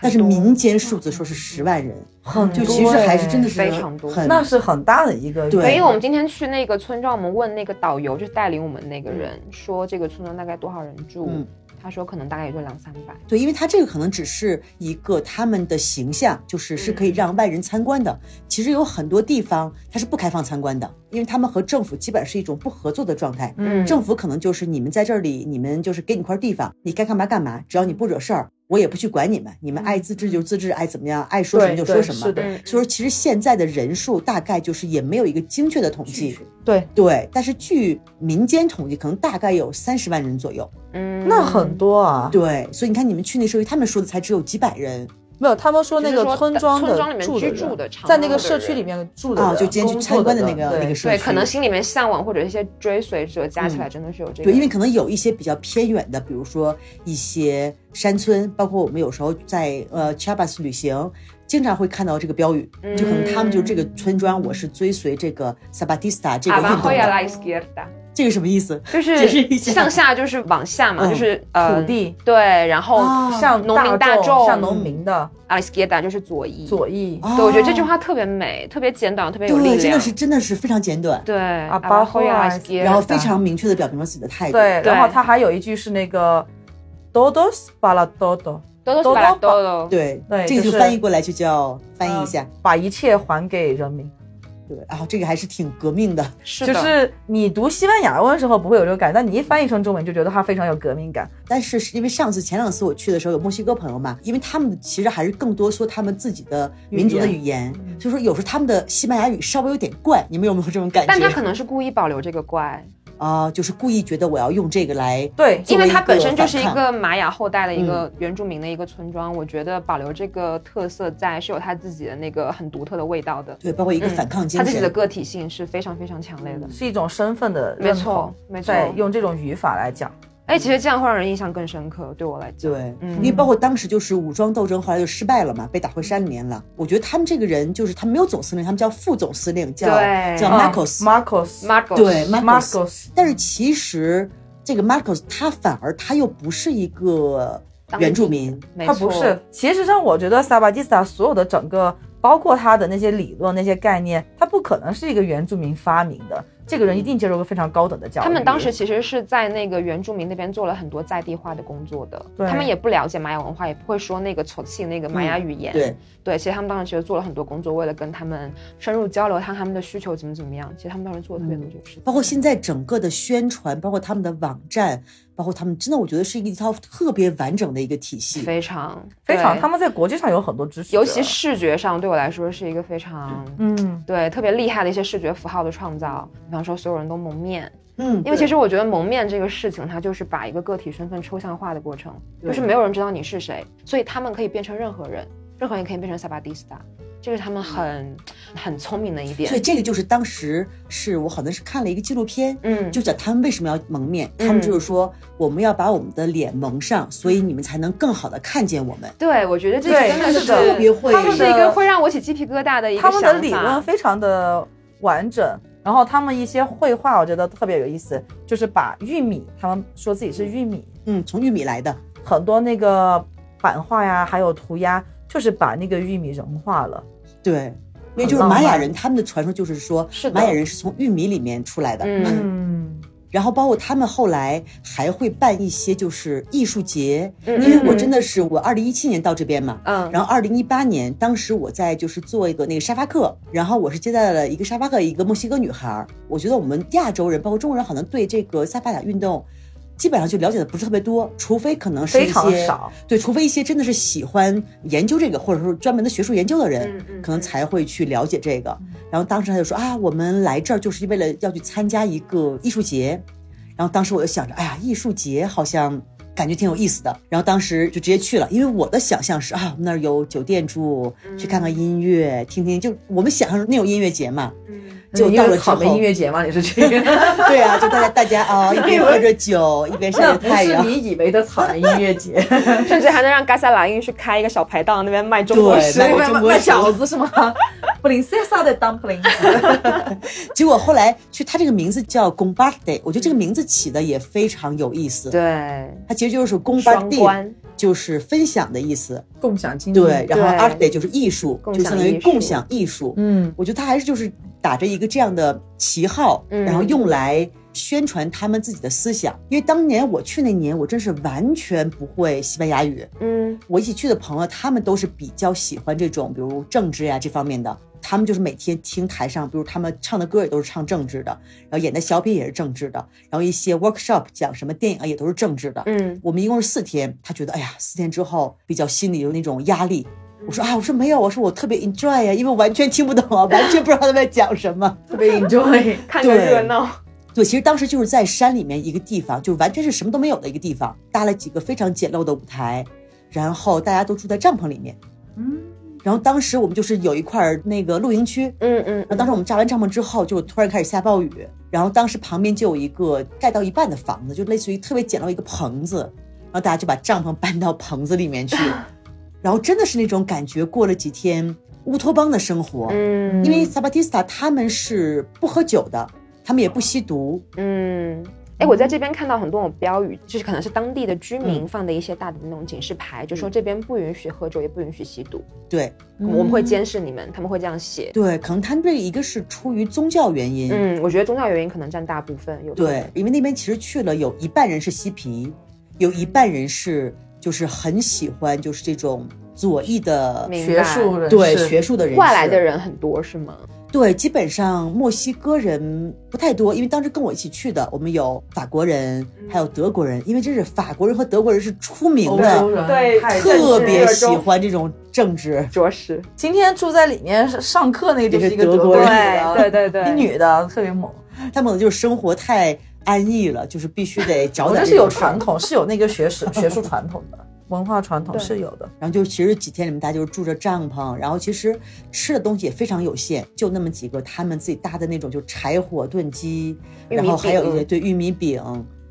Speaker 1: 但是
Speaker 2: 多嗯
Speaker 1: 民间数字说是十万人，
Speaker 3: 很
Speaker 1: 就
Speaker 3: 多
Speaker 1: 其实还是
Speaker 3: 哎
Speaker 1: 真的是
Speaker 2: 非常多
Speaker 1: 很
Speaker 3: 那是很大的一个
Speaker 1: 对
Speaker 2: 对，因为我们今天去那个村庄，我们问那个导游，就是带领我们那个人，说这个村庄大概多少人住，
Speaker 1: 嗯
Speaker 2: 他说可能大概也就两三百。
Speaker 1: 对，因为它这个可能只是一个他们的形象，就是是
Speaker 2: 嗯
Speaker 1: 可以让外人参观的。其实有很多地方它是不开放参观的，因为他们和政府基本是一种不合作的状态。
Speaker 3: 嗯
Speaker 1: 政府可能就是你们在这里，你们就是给你块地方，你该干嘛干嘛，只要你
Speaker 3: 嗯
Speaker 1: 不惹事儿，我也不去管你们，你们爱自治就自治，爱怎么样，爱说什么
Speaker 3: 对
Speaker 1: 就
Speaker 3: 对
Speaker 1: 说什么
Speaker 3: 是。的，
Speaker 2: 嗯
Speaker 1: 所以说，其实现在的人数大概就是也没有一个精确的统计，
Speaker 3: 对，
Speaker 1: 对。但是据民间统计，可能大概有三十万人左右。
Speaker 2: 嗯，
Speaker 3: 那很多啊。
Speaker 1: 对，所以你看你们去那时候，他们说的才只有几百人
Speaker 3: 没有，他们说那
Speaker 2: 就是说
Speaker 3: 个村
Speaker 2: 在
Speaker 3: 庄的
Speaker 2: 村庄里面
Speaker 3: 住的
Speaker 2: 居
Speaker 3: 人
Speaker 2: 住的常
Speaker 3: 在
Speaker 2: 住
Speaker 3: 那个
Speaker 2: 的
Speaker 3: 社区
Speaker 2: 人
Speaker 3: 里面住的
Speaker 1: 啊，
Speaker 3: 人
Speaker 1: 就今天去
Speaker 3: 工
Speaker 1: 参
Speaker 3: 作
Speaker 1: 观的
Speaker 3: 的
Speaker 1: 那
Speaker 3: 人
Speaker 1: 个那
Speaker 3: 对
Speaker 1: 个社
Speaker 2: 对，
Speaker 1: 区，
Speaker 2: 可能心里面向往或者一些追随者加起来，真的是有这个。
Speaker 1: 嗯对，因为可能有一些比较偏远的，比如说一些山村，包括我们有时候在呃 Chabas 旅行，经常会看到这个标语，就可能他们就这个村庄，我是追随这个 Sabatista 这个
Speaker 2: 阿
Speaker 1: 运
Speaker 2: 啊巴
Speaker 1: 动
Speaker 2: 霍亚
Speaker 1: 的，
Speaker 2: 拉伊斯吉尔达，
Speaker 1: 这个什么意思？
Speaker 2: 就
Speaker 1: 解释一下
Speaker 2: 是向下就是往下嘛，
Speaker 1: 嗯
Speaker 2: 就是呃
Speaker 3: 土地
Speaker 2: 对，然后
Speaker 1: 啊
Speaker 3: 像
Speaker 2: 农民大
Speaker 3: 众，像
Speaker 2: 众
Speaker 3: 农民的
Speaker 2: 阿拉斯吉尔达就是左翼。
Speaker 3: 左翼
Speaker 1: 哦
Speaker 2: 对，我觉得这句话特别美，特别简短，特别有力
Speaker 1: 对，
Speaker 2: 量。
Speaker 1: 真的是真的是非常简短，
Speaker 2: 对，啊阿
Speaker 3: 巴霍亚
Speaker 2: 拉
Speaker 3: 拉
Speaker 2: 斯
Speaker 3: 斯
Speaker 2: 吉尔达
Speaker 1: 然后非常明确的表明了自己的态度。
Speaker 3: 对，
Speaker 2: 对
Speaker 3: 然后他还有一句是那个 “todos para todo”，
Speaker 2: 多多
Speaker 3: 多
Speaker 2: 是吧？
Speaker 3: 多
Speaker 2: 多多，
Speaker 1: 对
Speaker 3: 对
Speaker 1: 这个就
Speaker 3: 就
Speaker 1: 是翻译过来就叫翻
Speaker 2: 嗯
Speaker 1: 译一下，
Speaker 3: 把一切还给人民。
Speaker 1: 对，然后这个还是挺革命的，
Speaker 2: 是
Speaker 3: 就
Speaker 2: 的，
Speaker 3: 是你读西班牙文的时候不会有这种感觉，但你一翻译成中文就觉得它非常有革命感。
Speaker 1: 但是是因为上次前两次我去的时候有墨西哥朋友嘛，因为他们其实还是更多说他们自己的民族的语言，
Speaker 2: 嗯
Speaker 1: 所以说有时候他们的西班牙语稍微有点怪，你们有没有这种感觉？
Speaker 2: 但他可能是故意保留这个怪，
Speaker 1: 啊、就是故意觉得我要用这个来
Speaker 3: 对，
Speaker 1: 作
Speaker 2: 因
Speaker 1: 为
Speaker 2: 为
Speaker 1: 一个
Speaker 2: 它本身就是一
Speaker 1: 反嗯
Speaker 2: 个玛雅后代的一个原住民的一个村庄，我觉得保留这个特色在是有它自己的那个很独特的味道的，
Speaker 1: 对，包括一个
Speaker 2: 嗯
Speaker 1: 反抗精嗯
Speaker 2: 它自己
Speaker 1: 神。
Speaker 2: 的个体性是非常非常强烈的。
Speaker 3: 是一种身份的
Speaker 2: 没
Speaker 3: 认
Speaker 2: 错
Speaker 3: 同。，
Speaker 2: 没错。
Speaker 3: 对，用这种语法来讲，
Speaker 2: 哎，其实这样会让人印象更深刻，对我来讲。
Speaker 1: 对，
Speaker 2: 嗯
Speaker 1: 因为包括当时就是武装斗争，后来就失败了嘛，被打回山里面了。我觉得他们这个人就是他没有总司令，他们叫副总司令，叫
Speaker 2: 对
Speaker 1: 叫
Speaker 2: 嗯
Speaker 1: Marcos，、
Speaker 3: 啊 Marcos，
Speaker 2: Marcos，
Speaker 1: 对 Marcos，
Speaker 3: Marcos，
Speaker 1: 但是其实这个 Marcos 他反而他又不是一个
Speaker 2: 当地
Speaker 1: 原住民，
Speaker 2: 没
Speaker 3: 他
Speaker 2: 错，
Speaker 3: 不是。其实上，我觉得萨巴蒂斯塔所有的整个，包括他的那些理论、那些概念，他不可能是一个原住民发明的。这个人一定接受过非常高等的教
Speaker 2: 嗯
Speaker 3: 育。
Speaker 2: 他们当时其实是在那个原住民那边做了很多在地化的工作的，
Speaker 3: 对嗯
Speaker 2: 他们也不了解玛雅文化，也不会说那个丑气那个玛雅语言。
Speaker 1: 对，
Speaker 2: 对，其实他们当时其实做了很多工作，为了跟他们深入交流，看他们的需求怎么怎么样。其实他们当时做了特
Speaker 3: 嗯
Speaker 2: 别多这个事情，
Speaker 1: 包括现在整个的宣传，包括他们的网站，包括他们真的，我觉得是一套特别完整的一个体系。
Speaker 2: 非常
Speaker 3: 非常，
Speaker 2: 对
Speaker 3: 他们在国际上有很多支持者，
Speaker 2: 尤其视觉上对我来说是一个非常。
Speaker 3: 嗯，
Speaker 2: 对，特别厉害的一些视觉符号的创造，比方说所有人都蒙面，
Speaker 1: 嗯，
Speaker 2: 因为其实我觉得蒙面这个事情，它就是把一个个体身份抽象化的过程，
Speaker 1: 对
Speaker 2: 就是没有人知道你是谁，所以他们可以变成任何人，任何人可以变成萨巴蒂斯塔，这是他们很很聪明的一
Speaker 1: 嗯所以
Speaker 2: 点。
Speaker 1: 这个就是当时是我好像是看了一个纪录片，
Speaker 2: 嗯，
Speaker 1: 就讲他们为什么要蒙面，他们就是说我们要把我们的脸蒙上，所以你们才能更好的看见我们。
Speaker 2: 对，我觉得这
Speaker 3: 对
Speaker 2: 真的是
Speaker 3: 是的
Speaker 1: 特别会
Speaker 2: 他们是一
Speaker 3: 是
Speaker 2: 个
Speaker 3: 的
Speaker 2: 会让我起鸡皮疙瘩的一个
Speaker 3: 他们的
Speaker 2: 想
Speaker 3: 理
Speaker 2: 法
Speaker 3: 论非常的完整，然后他们一些绘画我觉得特别有意思，就是把玉米，他们说自己是玉米，
Speaker 1: 嗯，从玉米来的，
Speaker 3: 很多那个版画呀，还有涂鸦，就是把那个玉米融化了。
Speaker 1: 对。因为
Speaker 3: 很
Speaker 1: 就是
Speaker 3: 浪
Speaker 1: 玛雅
Speaker 3: 漫
Speaker 1: 人，他们的传说就是说，
Speaker 2: 是的
Speaker 1: 玛雅人是从玉米里面出来的。
Speaker 2: 嗯
Speaker 3: 嗯，
Speaker 1: 然后包括他们后来还会办一些就是艺术节，
Speaker 2: 嗯
Speaker 1: 因为我
Speaker 2: 嗯
Speaker 1: 真的是我二零一七年到这边嘛，
Speaker 2: 嗯，
Speaker 1: 然后二零一八年，当时我在就是做一个那个沙发客，然后我是接待了一个沙发客，一个墨西哥女孩儿。我觉得我们亚洲人，包括中国人，好像对这个萨帕塔运动。基本上就了解的不是特别多，除非可能是一
Speaker 3: 非常
Speaker 1: 些
Speaker 3: 少
Speaker 1: 对，除非一些真的是喜欢研究这个，或者说专门的学术研究的人，
Speaker 2: 嗯嗯
Speaker 1: 可能才会去了解这个。然后当时他就说啊，我们来这儿就是为了要去参加一个艺术节。然后当时我就想着，哎呀，艺术节好像感觉挺有意思的。然后当时就直接去了，因为我的想象是啊，我们那儿有酒店住，
Speaker 3: 嗯
Speaker 1: 去看看音乐，听听，就我们想象那种音乐节嘛。
Speaker 2: 嗯，
Speaker 1: 就到了之
Speaker 3: 草莓
Speaker 1: 后
Speaker 3: 音乐节吗？你是 这个？
Speaker 1: 对啊，就大家大家 啊、一边喝着酒，一边晒
Speaker 3: 那
Speaker 1: 着
Speaker 3: 不
Speaker 1: 太
Speaker 3: 是
Speaker 1: 阳。
Speaker 3: 你以为的草莓音乐节，
Speaker 4: 甚至还能让嘎萨拉因去开一个小排档，那边卖中国
Speaker 1: 对
Speaker 4: 食
Speaker 1: 卖
Speaker 4: 物。
Speaker 1: 卖中国
Speaker 3: 卖
Speaker 1: 食
Speaker 3: 饺子是吗 p r i n c e s a 的 dumpling，
Speaker 1: 结果后来去，他这个名字叫 g o m b a r d e 我觉得这个名字起的也非常有意思。
Speaker 2: 对，
Speaker 1: 它其实就是 g o m b a r
Speaker 2: 双
Speaker 1: d e
Speaker 2: 关，
Speaker 1: 就是分享的意思。
Speaker 3: 共享经济。
Speaker 1: 对，，然后
Speaker 2: 嗯对
Speaker 1: art day 就是艺术，
Speaker 2: 共
Speaker 1: 就
Speaker 2: 享
Speaker 1: 相当于
Speaker 2: 艺术
Speaker 1: 共享艺术。
Speaker 3: 嗯，
Speaker 1: 我觉得他还是就是打着一个这样的旗号，
Speaker 2: 嗯
Speaker 1: 然后用来宣传他们自己的思想。因为当年我去那年，我真是完全不会西班牙语。
Speaker 2: 嗯
Speaker 1: 我一起去的朋友，他们都是比较喜欢这种，比如政治呀、这方面的。他们就是每天听台上，比如他们唱的歌也都是唱政治的，然后演的小品也是政治的，然后一些 workshop 讲什么电影啊也都是政治的。
Speaker 2: 嗯，
Speaker 1: 我们一共是四天，他觉得哎呀，四天之后比较心里有那种压力。我说啊，我说没有，我说我特别 enjoy 呀、因为我完全听不懂啊，完全不知道他们在讲什么。
Speaker 3: 特别 enjoy。
Speaker 4: 看个
Speaker 1: 对
Speaker 4: 热闹，
Speaker 1: 对，其实当时就是在山里面一个地方，就完全是什么都没有的一个地方，搭了几个非常简陋的舞台，然后大家都住在帐篷里面。
Speaker 3: 嗯，
Speaker 1: 然后当时我们就是有一块儿那个露营区，
Speaker 2: 嗯嗯
Speaker 1: 然后当时我们扎完帐篷之后，就突然开始下暴雨，然后当时旁边就有一个盖到一半的房子，就类似于特别简陋一个棚子，然后大家就把帐篷搬到棚子里面 去，然后真的是那种感觉，过了几天乌托邦的生活，
Speaker 2: 嗯，
Speaker 1: 因为萨巴蒂斯塔他们是不喝酒的，他们也不吸毒，
Speaker 2: 嗯。哎，我在这边看到很多种标语，就是可能是当地的居
Speaker 1: 嗯
Speaker 2: 民放的一些大的那种警示牌，就说这边不允许喝酒，也不允许吸毒，
Speaker 1: 对
Speaker 2: 我们会监视你们，他们会这样写。
Speaker 1: 嗯对，可能他们这一个是出于宗教原因，
Speaker 2: 嗯，我觉得宗教原因可能占大部分，有可能
Speaker 1: 对，因为那边其实去了有一半人是嬉皮，有一半人是就是很喜欢就是这种左翼的
Speaker 2: 明
Speaker 3: 学术人士
Speaker 1: 对学术的人士，
Speaker 2: 外来的人很多是吗？
Speaker 1: 对，基本上墨西哥人不太多，因为当时跟我一起去的，我们有法国人，还有德国人，因为真是法国人和德国人是出名
Speaker 3: 欧洲
Speaker 1: 的，
Speaker 3: 人
Speaker 4: 对
Speaker 3: 太
Speaker 4: 政治
Speaker 1: 特别
Speaker 4: 热
Speaker 1: 喜
Speaker 4: 衷
Speaker 1: 欢这种政治。
Speaker 2: 着实，
Speaker 3: 今天住在里面上课那个就是一个
Speaker 1: 也是德国
Speaker 3: 国人
Speaker 1: 人
Speaker 3: 女的，
Speaker 4: 对对对
Speaker 3: 一
Speaker 4: 对，
Speaker 3: 女的特别猛。
Speaker 1: 他们可能就是生活太安逸了，就是必须得找
Speaker 3: 我觉
Speaker 1: 点
Speaker 3: 得是有
Speaker 1: 这种事儿
Speaker 3: 传统，是有那个学识、学术传统的文化传统
Speaker 2: 对
Speaker 3: 是有的。
Speaker 1: 然后就其实几天里面大家就是住着帐篷，然后其实吃的东西也非常有限，就那么几个他们自己搭的那种就柴火炖鸡，
Speaker 2: 玉米
Speaker 1: 然后还有一些
Speaker 2: 饼
Speaker 1: 对玉米饼，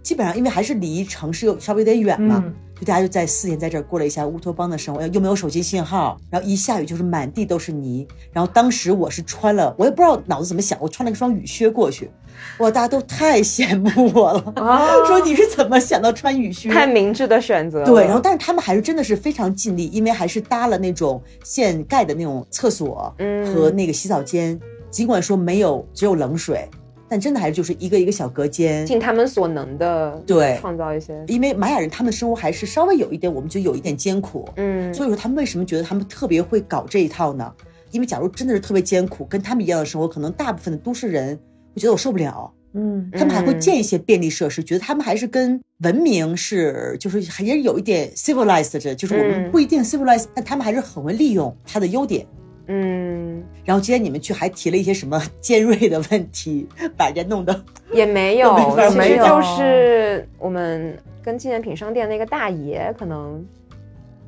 Speaker 1: 基本上因为还是离城市又稍微有点远嘛，
Speaker 3: 嗯
Speaker 1: 就大家就在四天在这儿过了一下乌托邦的生活，又没有手机信号，然后一下雨就是满地都是泥，然后当时我是穿了，我也不知道脑子怎么想，我穿了一双雨靴过去，哇，大家都太羡慕我了， 说你是怎么想到穿雨靴？
Speaker 4: 太明智的选择了。
Speaker 1: 对，然后但是他们还是真的是非常尽力，因为还是搭了那种现盖的那种厕所
Speaker 2: 嗯
Speaker 1: 和那个洗澡间，尽管说没有只有冷水，但真的还是就是一个一个小隔间。
Speaker 2: 尽他们所能的
Speaker 1: 对
Speaker 2: 创造一些，
Speaker 1: 因为玛雅人他们生活还是稍微有一点，我们就有一点艰苦，
Speaker 2: 嗯，
Speaker 1: 所以说他们为什么觉得他们特别会搞这一套呢？因为假如真的是特别艰苦，跟他们一样的生活，可能大部分的都市人会觉得我受不了，
Speaker 3: 嗯，
Speaker 1: 他们还会
Speaker 2: 嗯
Speaker 1: 建一些便利设施，觉得他们还是跟文明是，就是还是有一点 civilized，的就是我
Speaker 2: 嗯
Speaker 1: 们不一定 civilized，、但他们还是很会利用它的优点。
Speaker 2: 嗯，
Speaker 1: 然后今天你们去还提了一些什么 尖锐的问题，把人家弄得
Speaker 2: 也没 有，
Speaker 1: 没法
Speaker 2: 其
Speaker 3: 没
Speaker 2: 实
Speaker 3: 有
Speaker 2: 就是我们跟纪念品商店那个大爷可能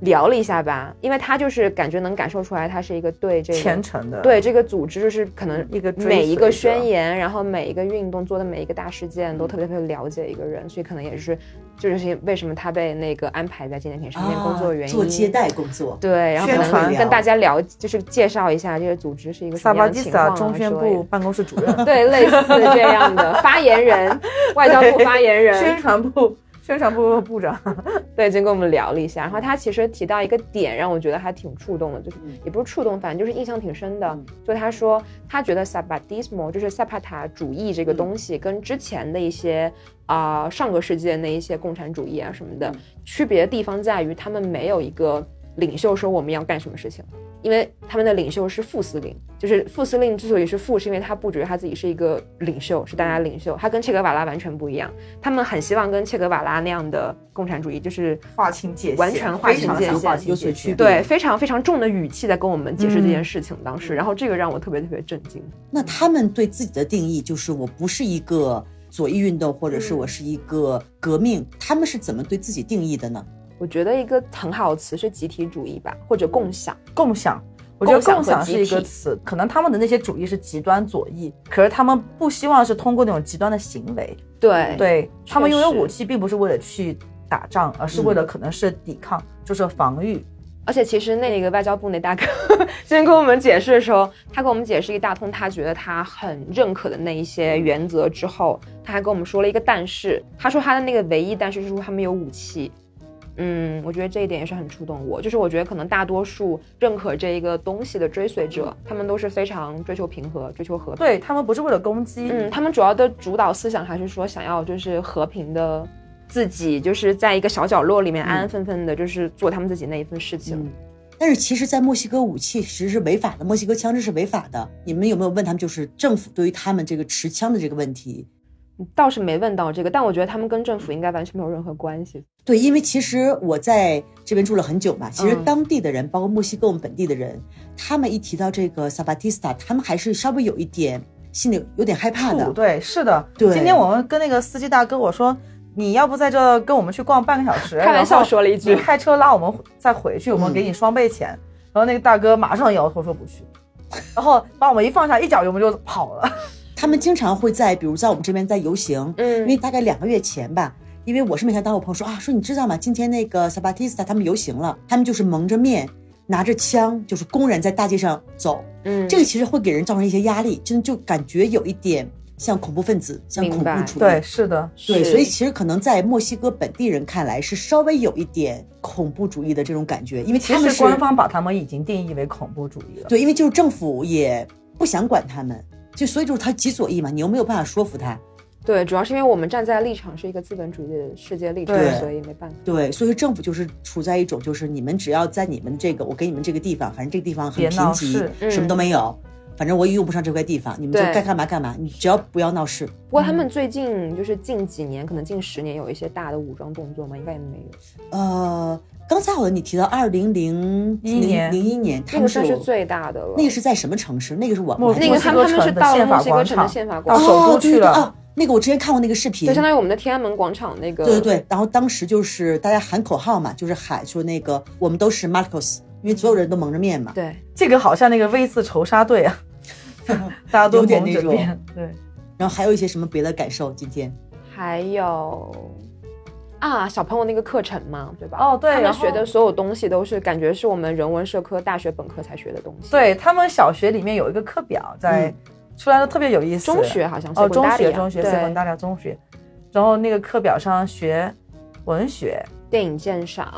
Speaker 2: 聊了一下吧，因为他就是感觉能感受出来，他是一个对这
Speaker 3: 虔
Speaker 2: 个。
Speaker 3: 诚的，
Speaker 2: 对这个组织，就是可能
Speaker 3: 一个追
Speaker 2: 每一个
Speaker 3: 随者
Speaker 2: 宣言，然后每一个运动做的每一个大事件都特别特别了解一个人，所以可能也是，这就是为什么他被那个安排在纪念品商店工作的原
Speaker 1: 啊
Speaker 2: 因。
Speaker 1: 做接待工作，
Speaker 2: 对，然后可
Speaker 3: 宣传
Speaker 2: 能跟大家聊，就是介绍一下这个组织是一个什
Speaker 3: 萨
Speaker 2: 么
Speaker 3: 巴
Speaker 2: 样的
Speaker 3: 基斯
Speaker 2: 情况
Speaker 3: 塔
Speaker 2: 啊
Speaker 3: 中宣
Speaker 2: 之类
Speaker 3: 部
Speaker 2: 的、
Speaker 3: 办公室主任
Speaker 2: 对类似这样的发言人、外交部发言
Speaker 3: 宣
Speaker 2: 人，
Speaker 3: 传部、宣传部部 长，
Speaker 2: 对，就跟我们聊了一下。然后他其实提到一个点，让我觉得还挺触动的，就是
Speaker 1: 嗯
Speaker 2: 也不是触动，反正就是印象挺深的
Speaker 1: 嗯。
Speaker 2: 就他说，他觉得 Sabatismo 就是萨帕塔主义这个
Speaker 3: 嗯
Speaker 2: 东西，跟之前的一些啊、上个世纪的那一些共产主义啊什么的
Speaker 1: 嗯
Speaker 2: 区别的地方在于，他们没有一个领袖说我们要干什么事情。因为他们的领袖是副司令，就是副司令之所以是副，是因为他不觉得他自己是一个领袖，是大家领袖。他跟切格瓦拉完全不一样，他们很希望跟切格瓦拉那样的共产主义，就是
Speaker 3: 划清界限，
Speaker 2: 完全划清
Speaker 3: 非常
Speaker 2: 界
Speaker 3: 想
Speaker 2: 限
Speaker 3: 划清
Speaker 1: 有
Speaker 3: 界
Speaker 1: 所区别
Speaker 3: 限。
Speaker 2: 对非常非常重的语气在跟我们解释
Speaker 3: 嗯
Speaker 2: 这件事情。当时，然后这个让我特别特别震惊。
Speaker 1: 那他们对自己的定义就是我不是一个左翼运动，或者是我是一个革命，他们是怎么对自己定义的呢？
Speaker 2: 我觉得一个很好的词是集体主义吧，或者共享。
Speaker 3: 共享。我觉得
Speaker 2: 共享
Speaker 3: 共
Speaker 2: 和
Speaker 3: 享是一
Speaker 2: 集
Speaker 3: 个
Speaker 2: 体
Speaker 3: 词，可能他们的那些主义是极端左翼，可是他们不希望是通过那种极端的行为，
Speaker 2: 对
Speaker 3: 对他们
Speaker 2: 确
Speaker 3: 拥
Speaker 2: 实嗯
Speaker 3: 有武器，并不是为了去打仗，而是为了可能是抵抗，就是防御。
Speaker 2: 而且其实那个外交部那大哥 之前跟我们解释的时候，他跟我们解释一大通，他觉得他很认可的那一些原则之后，他还跟我们说了一个但是，他说他的那个唯一但是是说他们有武器。嗯，我觉得这一点也是很触动我，就是我觉得可能大多数认可这一个东西的追随者，他们都是非常追求平和、追求和平。
Speaker 3: 对他们不是为了攻击，
Speaker 2: 嗯，他们主要的主导思想还是说想要就是和平的自己，就是在一个小角落里面安安分分的，就是做他们自己那一份事情。
Speaker 1: 嗯但是其实，在墨西哥武器其实是违法的，墨西哥枪支是违法的。你们有没有问他们，就是政府对于他们这个持枪的这个问题？
Speaker 2: 倒是没问到这个，但我觉得他们跟政府应该完全没有任何关系。
Speaker 1: 对，因为其实我在这边住了很久嘛，其实
Speaker 2: 嗯
Speaker 1: 当地的人，包括墨西哥我们本地的人，他们一提到这个萨巴蒂斯塔，他们还是稍微有一点心里有点害怕
Speaker 3: 土
Speaker 1: 的。
Speaker 3: 对，是的。
Speaker 1: 对
Speaker 3: 今天我们跟那个司机大哥我说，你要不在这跟我们去逛半个小时，
Speaker 2: 开玩笑
Speaker 3: 然后
Speaker 2: 说了一句
Speaker 3: 你开车拉我们再回去，我们
Speaker 1: 嗯
Speaker 3: 给你双倍钱。然后那个大哥马上摇头说不去，然后把我们一放下，一脚油门就跑了。
Speaker 1: 他们经常会在，比如在我们这边在游行，
Speaker 2: 嗯
Speaker 1: 因为大概两个月前吧，因为我身边才当我朋友说啊，说你知道吗？今天那个萨巴蒂斯塔他们游行了，他们就是蒙着面，拿着枪，就是公然在大街上走。
Speaker 2: 嗯，
Speaker 1: 这个其实会给人造成一些压力，真的就感觉有一点像恐怖分子，像恐
Speaker 2: 明白
Speaker 1: 怖主义。
Speaker 3: 对，是的，
Speaker 1: 对，
Speaker 2: 是
Speaker 1: 所以其实可能在墨西哥本地人看来是稍微有一点恐怖主义的这种感觉，因为
Speaker 3: 其
Speaker 1: 他们
Speaker 3: 实
Speaker 1: 是
Speaker 3: 官方把他们已经定义为恐怖主义了。
Speaker 1: 对，因为就是政府也不想管他们，就所以就是他极左翼嘛，你又没有办法说服他。
Speaker 2: 对，主要是因为我们站在立场是一个资本主义的世界立场
Speaker 3: 对，
Speaker 2: 所以没办法。
Speaker 1: 对，所以政府就是处在一种就是你们只要在你们这个我给你们这个地方，反正这个地方很
Speaker 3: 别
Speaker 1: 贫
Speaker 3: 闹
Speaker 1: 瘠
Speaker 3: 事，
Speaker 2: 嗯
Speaker 1: 什么都没有，反正我也用不上这块地方，你们就
Speaker 2: 对
Speaker 1: 该干嘛干嘛，你只要不要闹事。
Speaker 2: 不过他们最近就是近几年，可能近十年有一些大的武装动作嘛，应该也没有。
Speaker 1: 呃，刚才好像你提到二零零
Speaker 3: 一年
Speaker 1: 零一年，他
Speaker 2: 那
Speaker 1: 们
Speaker 2: 个
Speaker 1: 是
Speaker 2: 算是
Speaker 1: 有
Speaker 2: 最大的了。
Speaker 1: 那个是在什么城市？那个是我
Speaker 3: 墨
Speaker 1: 们
Speaker 2: 那个他们他们是到了墨西哥城的宪法广
Speaker 3: 到
Speaker 2: 场，
Speaker 3: 首都去了
Speaker 1: 哦对对对哦那个我之前看过那个视频，
Speaker 2: 就相当于我们的天安门广场那个。
Speaker 1: 对对对。然后当时就是大家喊口号嘛，就是喊说那个我们都是 Marcos，因为所有人都蒙着面嘛。
Speaker 2: 对
Speaker 3: 这个好像那个 V 字仇杀队啊，大家都
Speaker 1: 有点
Speaker 3: 蒙着
Speaker 1: 那种
Speaker 3: 面。对，
Speaker 1: 然后还有一些什么别的感受？今天
Speaker 2: 还有啊，小朋友那个课程嘛，对吧？
Speaker 3: 哦对
Speaker 2: 他
Speaker 3: 然
Speaker 2: 们
Speaker 3: 后
Speaker 2: 学的所有东西都是感觉是我们人文社科、大学本科才学的东西。，
Speaker 3: 对他们小学里面有一个课表在
Speaker 1: 嗯
Speaker 3: 出来的特别有意思。
Speaker 2: 中学好像是
Speaker 3: 哦，中
Speaker 2: secundaria，
Speaker 3: 学中学，
Speaker 2: 啊对
Speaker 3: 西大料中学，然后那个课表上学文学，
Speaker 2: 电影鉴赏，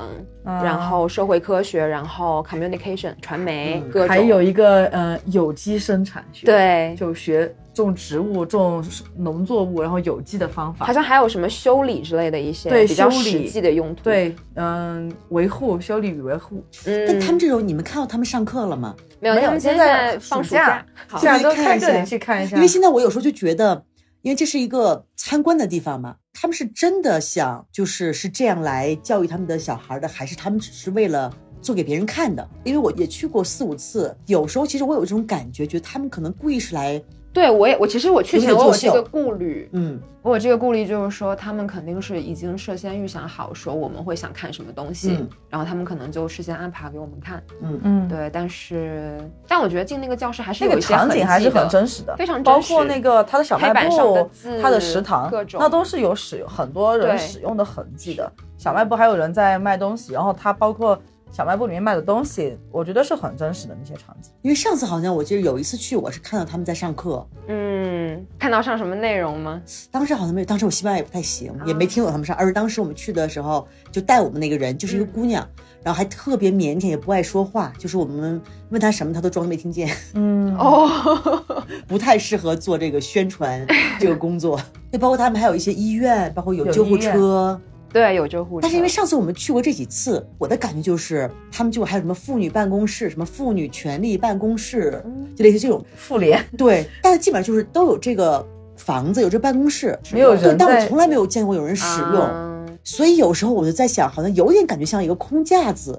Speaker 3: 嗯、
Speaker 2: 然后社会科学，然后 communication 传媒，
Speaker 1: 嗯
Speaker 2: 各种
Speaker 3: 还有一个呃有机生产学，，
Speaker 2: 对。
Speaker 3: 就学种植物、种农作物，然后有机的 方
Speaker 2: 好
Speaker 3: 法。
Speaker 2: 像还有什么修理之类的一些
Speaker 3: 对
Speaker 2: 比较
Speaker 3: 修理
Speaker 2: 实际的用途，，
Speaker 3: 对，嗯，维护、修理与维护，
Speaker 1: 但
Speaker 2: 嗯，
Speaker 1: 哎他们这种你们看到他们上课了吗？
Speaker 2: 没有，
Speaker 3: 没有
Speaker 2: 他们现
Speaker 3: 现在
Speaker 2: 在放
Speaker 3: 暑
Speaker 2: 暑
Speaker 3: 假
Speaker 2: 假，好
Speaker 3: 既，然都
Speaker 1: 可以看
Speaker 3: 看
Speaker 1: 一
Speaker 3: 这里
Speaker 1: 下
Speaker 3: 去看一下，
Speaker 1: 因为现在我有时候就觉得，因为这是一个参观的地方嘛，他们是真的想就是是这样来教育他们的小孩的，还是他们只是为了做给别人看的？因为我也去过四五次，有时候其实我有一种感觉，觉得他们可能故意是来，
Speaker 2: 对我也我其实我去
Speaker 1: 有
Speaker 2: 前
Speaker 1: 点
Speaker 2: 我有
Speaker 1: 作
Speaker 2: 这
Speaker 1: 秀
Speaker 2: 个顾虑，
Speaker 1: 嗯，
Speaker 2: 我有这个顾虑就是说，他们肯定是已经事先预想好，说我们会想看什么东西，
Speaker 1: 嗯
Speaker 2: 然后他们可能就事先安排给我们看。
Speaker 3: 嗯，
Speaker 2: 对，但是但我觉得进那个教室还是
Speaker 3: 那
Speaker 2: 有
Speaker 3: 个
Speaker 2: 一些
Speaker 3: 场景还是很
Speaker 2: 痕迹的
Speaker 3: 真实的，
Speaker 2: 非常真
Speaker 3: 包括
Speaker 2: 实
Speaker 3: 那个他的小
Speaker 2: 黑
Speaker 3: 卖
Speaker 2: 板上的
Speaker 3: 部
Speaker 2: 字、
Speaker 3: 他的食堂
Speaker 2: 各，种
Speaker 3: 那都是有使用很多人
Speaker 2: 对
Speaker 3: 使用的痕迹的。小卖部还有人在卖东西，然后他包括小卖部里面卖的东西，我觉得是很真实的那些场景。
Speaker 1: 因为上次好像我记得有一次去，我是看到他们在上课，
Speaker 2: 嗯，看到上什么内容吗？
Speaker 1: 当时好像没有，当时我西班牙也不太行，
Speaker 3: 啊
Speaker 1: 也没听懂他们上，而是当时我们去的时候，就带我们那个人就是一个姑娘，
Speaker 3: 嗯
Speaker 1: 然后还特别腼腆，也不爱说话，就是我们问她什么，她都装没听 见。
Speaker 3: 嗯，
Speaker 2: 哦，
Speaker 1: 不太适合做这个宣传这个工 作。对，包括他们还有一些医院，包括有
Speaker 3: 有
Speaker 1: 救护
Speaker 3: 医院
Speaker 1: 车。
Speaker 2: 对，有救护车，
Speaker 1: 但是因为上次我们去过这几次，我的感觉就是他们就还有什么妇女办公室、什么妇女权利办公室，
Speaker 3: 嗯
Speaker 1: 就类似这种。
Speaker 3: 妇联
Speaker 1: 对，但是基本上就是都有这个房子，有这办公室，
Speaker 3: 没有
Speaker 1: 对，
Speaker 3: 人
Speaker 1: 但
Speaker 3: 在
Speaker 1: 我从来没有见过有人使用。
Speaker 2: 啊
Speaker 1: 所以有时候我就在想，好像有点感觉像一个空架子，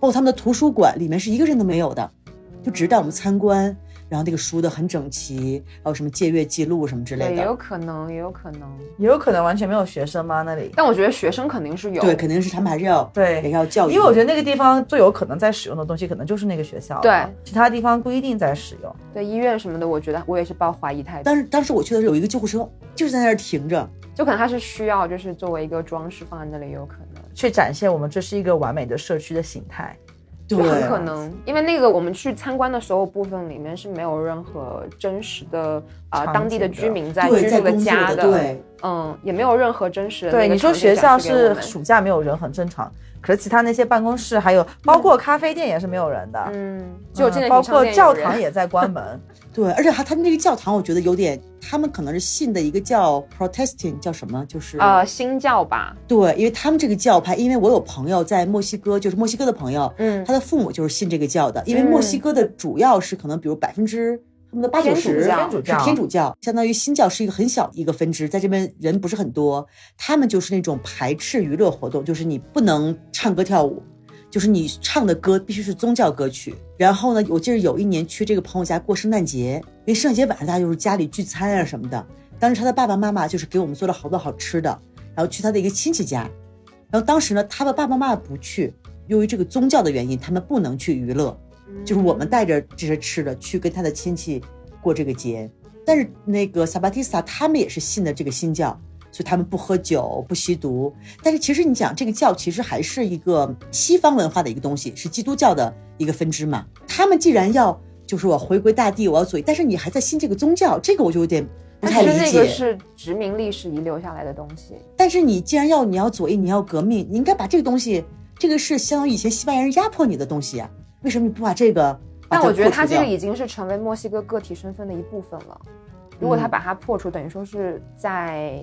Speaker 1: 包括他们的图书馆里面是一个人都没有的，就只是带我们参观。然后那个梳的很整齐，还有什么借阅记录什么之
Speaker 2: 对，
Speaker 1: 类
Speaker 2: 也有
Speaker 1: 的。
Speaker 2: 可能，也有可能。
Speaker 3: 也有可能完全没有学生吗？那里？
Speaker 2: 但我觉得学生肯定是有，
Speaker 1: 对，肯定是他们还是要
Speaker 3: 对
Speaker 1: 也要教育，
Speaker 3: 因为我觉得那个地方最有可能在使用的东西，可能就是那个学校了，
Speaker 2: 对
Speaker 3: 其他地方不一定在使用。
Speaker 2: 对医院什么的，我觉得我也是抱怀疑态度，
Speaker 1: 当时当时我去的时候有一个救护车，就是在那儿停着，
Speaker 2: 就可能他是需要，就是作为一个装饰放在那里也有可能，
Speaker 3: 去展现我们这是一个完美的社区的形态，
Speaker 1: 对，
Speaker 2: 就很可能，因为那个我们去参观的所有部分里面是没有任何真实的啊、呃
Speaker 3: 场景
Speaker 2: 当地的
Speaker 3: 的
Speaker 2: 居民在
Speaker 1: 对
Speaker 2: 居
Speaker 1: 在
Speaker 2: 住的
Speaker 1: 工作
Speaker 2: 家
Speaker 1: 的，对，
Speaker 2: 嗯，也没有任何真实的那个
Speaker 3: 对，你说
Speaker 2: 场景
Speaker 3: 学校
Speaker 2: 展示给我
Speaker 3: 是
Speaker 2: 们
Speaker 3: 暑假没有人很正常，可是其他那些办公室还有包括咖啡店也是没有人的，
Speaker 2: 嗯，只有进了
Speaker 3: 包
Speaker 2: 停车
Speaker 3: 括
Speaker 2: 店
Speaker 3: 教
Speaker 2: 有人
Speaker 3: 堂也在 关门，
Speaker 1: 对，而且还他们那个教堂，我觉得有点，他们可能是信的一个叫 Protestant，叫什么，就是
Speaker 2: 呃新教吧，
Speaker 1: 对，因为他们这个教派，因为我有朋友在墨西哥，就是墨西哥的朋友，
Speaker 2: 嗯
Speaker 1: 他的父母就是信这个教的，因为墨西哥的主要是可能比如百分之他们的八九
Speaker 2: 天主
Speaker 1: 十
Speaker 2: 教
Speaker 3: 天主
Speaker 1: 是
Speaker 3: 教
Speaker 1: 天主教，相当于新教是一个很小一个分支，在这边人不是很多，他们就是那种排斥娱乐活动，就是你不能唱歌跳舞。就是你唱的歌必须是宗教歌曲，然后呢，我记得有一年去这个朋友家过圣诞节，因为圣诞节晚上大家就是家里聚餐啊什么的，当时他的爸爸妈妈就是给我们做了好多好吃的，然后去他的一个亲戚家，然后当时呢，他的爸爸妈妈不去，由于这个宗教的原因，他们不能去娱乐，就是我们带着这些吃的去跟他的亲戚过这个节。但是那个萨巴蒂斯塔他们也是信的这个新教，所以他们不喝酒、不吸毒。但是其实你讲这个教其实还是一个西方文化的一个东西，是基督教的一个分支嘛。他们既然要就是我回归大地，我要做，但是你还在信这个宗教，这个我就有点不
Speaker 2: 但
Speaker 1: 太
Speaker 2: 啊其
Speaker 1: 理
Speaker 2: 实
Speaker 1: 解。
Speaker 2: 那个是殖民历史遗留下来的东西，
Speaker 1: 但是你既然要你要左翼，你要革命，你应该把这个东西，这个是相当于以前西班牙人压迫你的东西呀、啊为什么你不把这个？把
Speaker 2: 但我觉
Speaker 1: 破
Speaker 2: 得
Speaker 1: 除
Speaker 2: 他这个
Speaker 1: 掉
Speaker 2: 已经是成为墨西哥个体身份的一部分了。如果他把它破除，等于说是在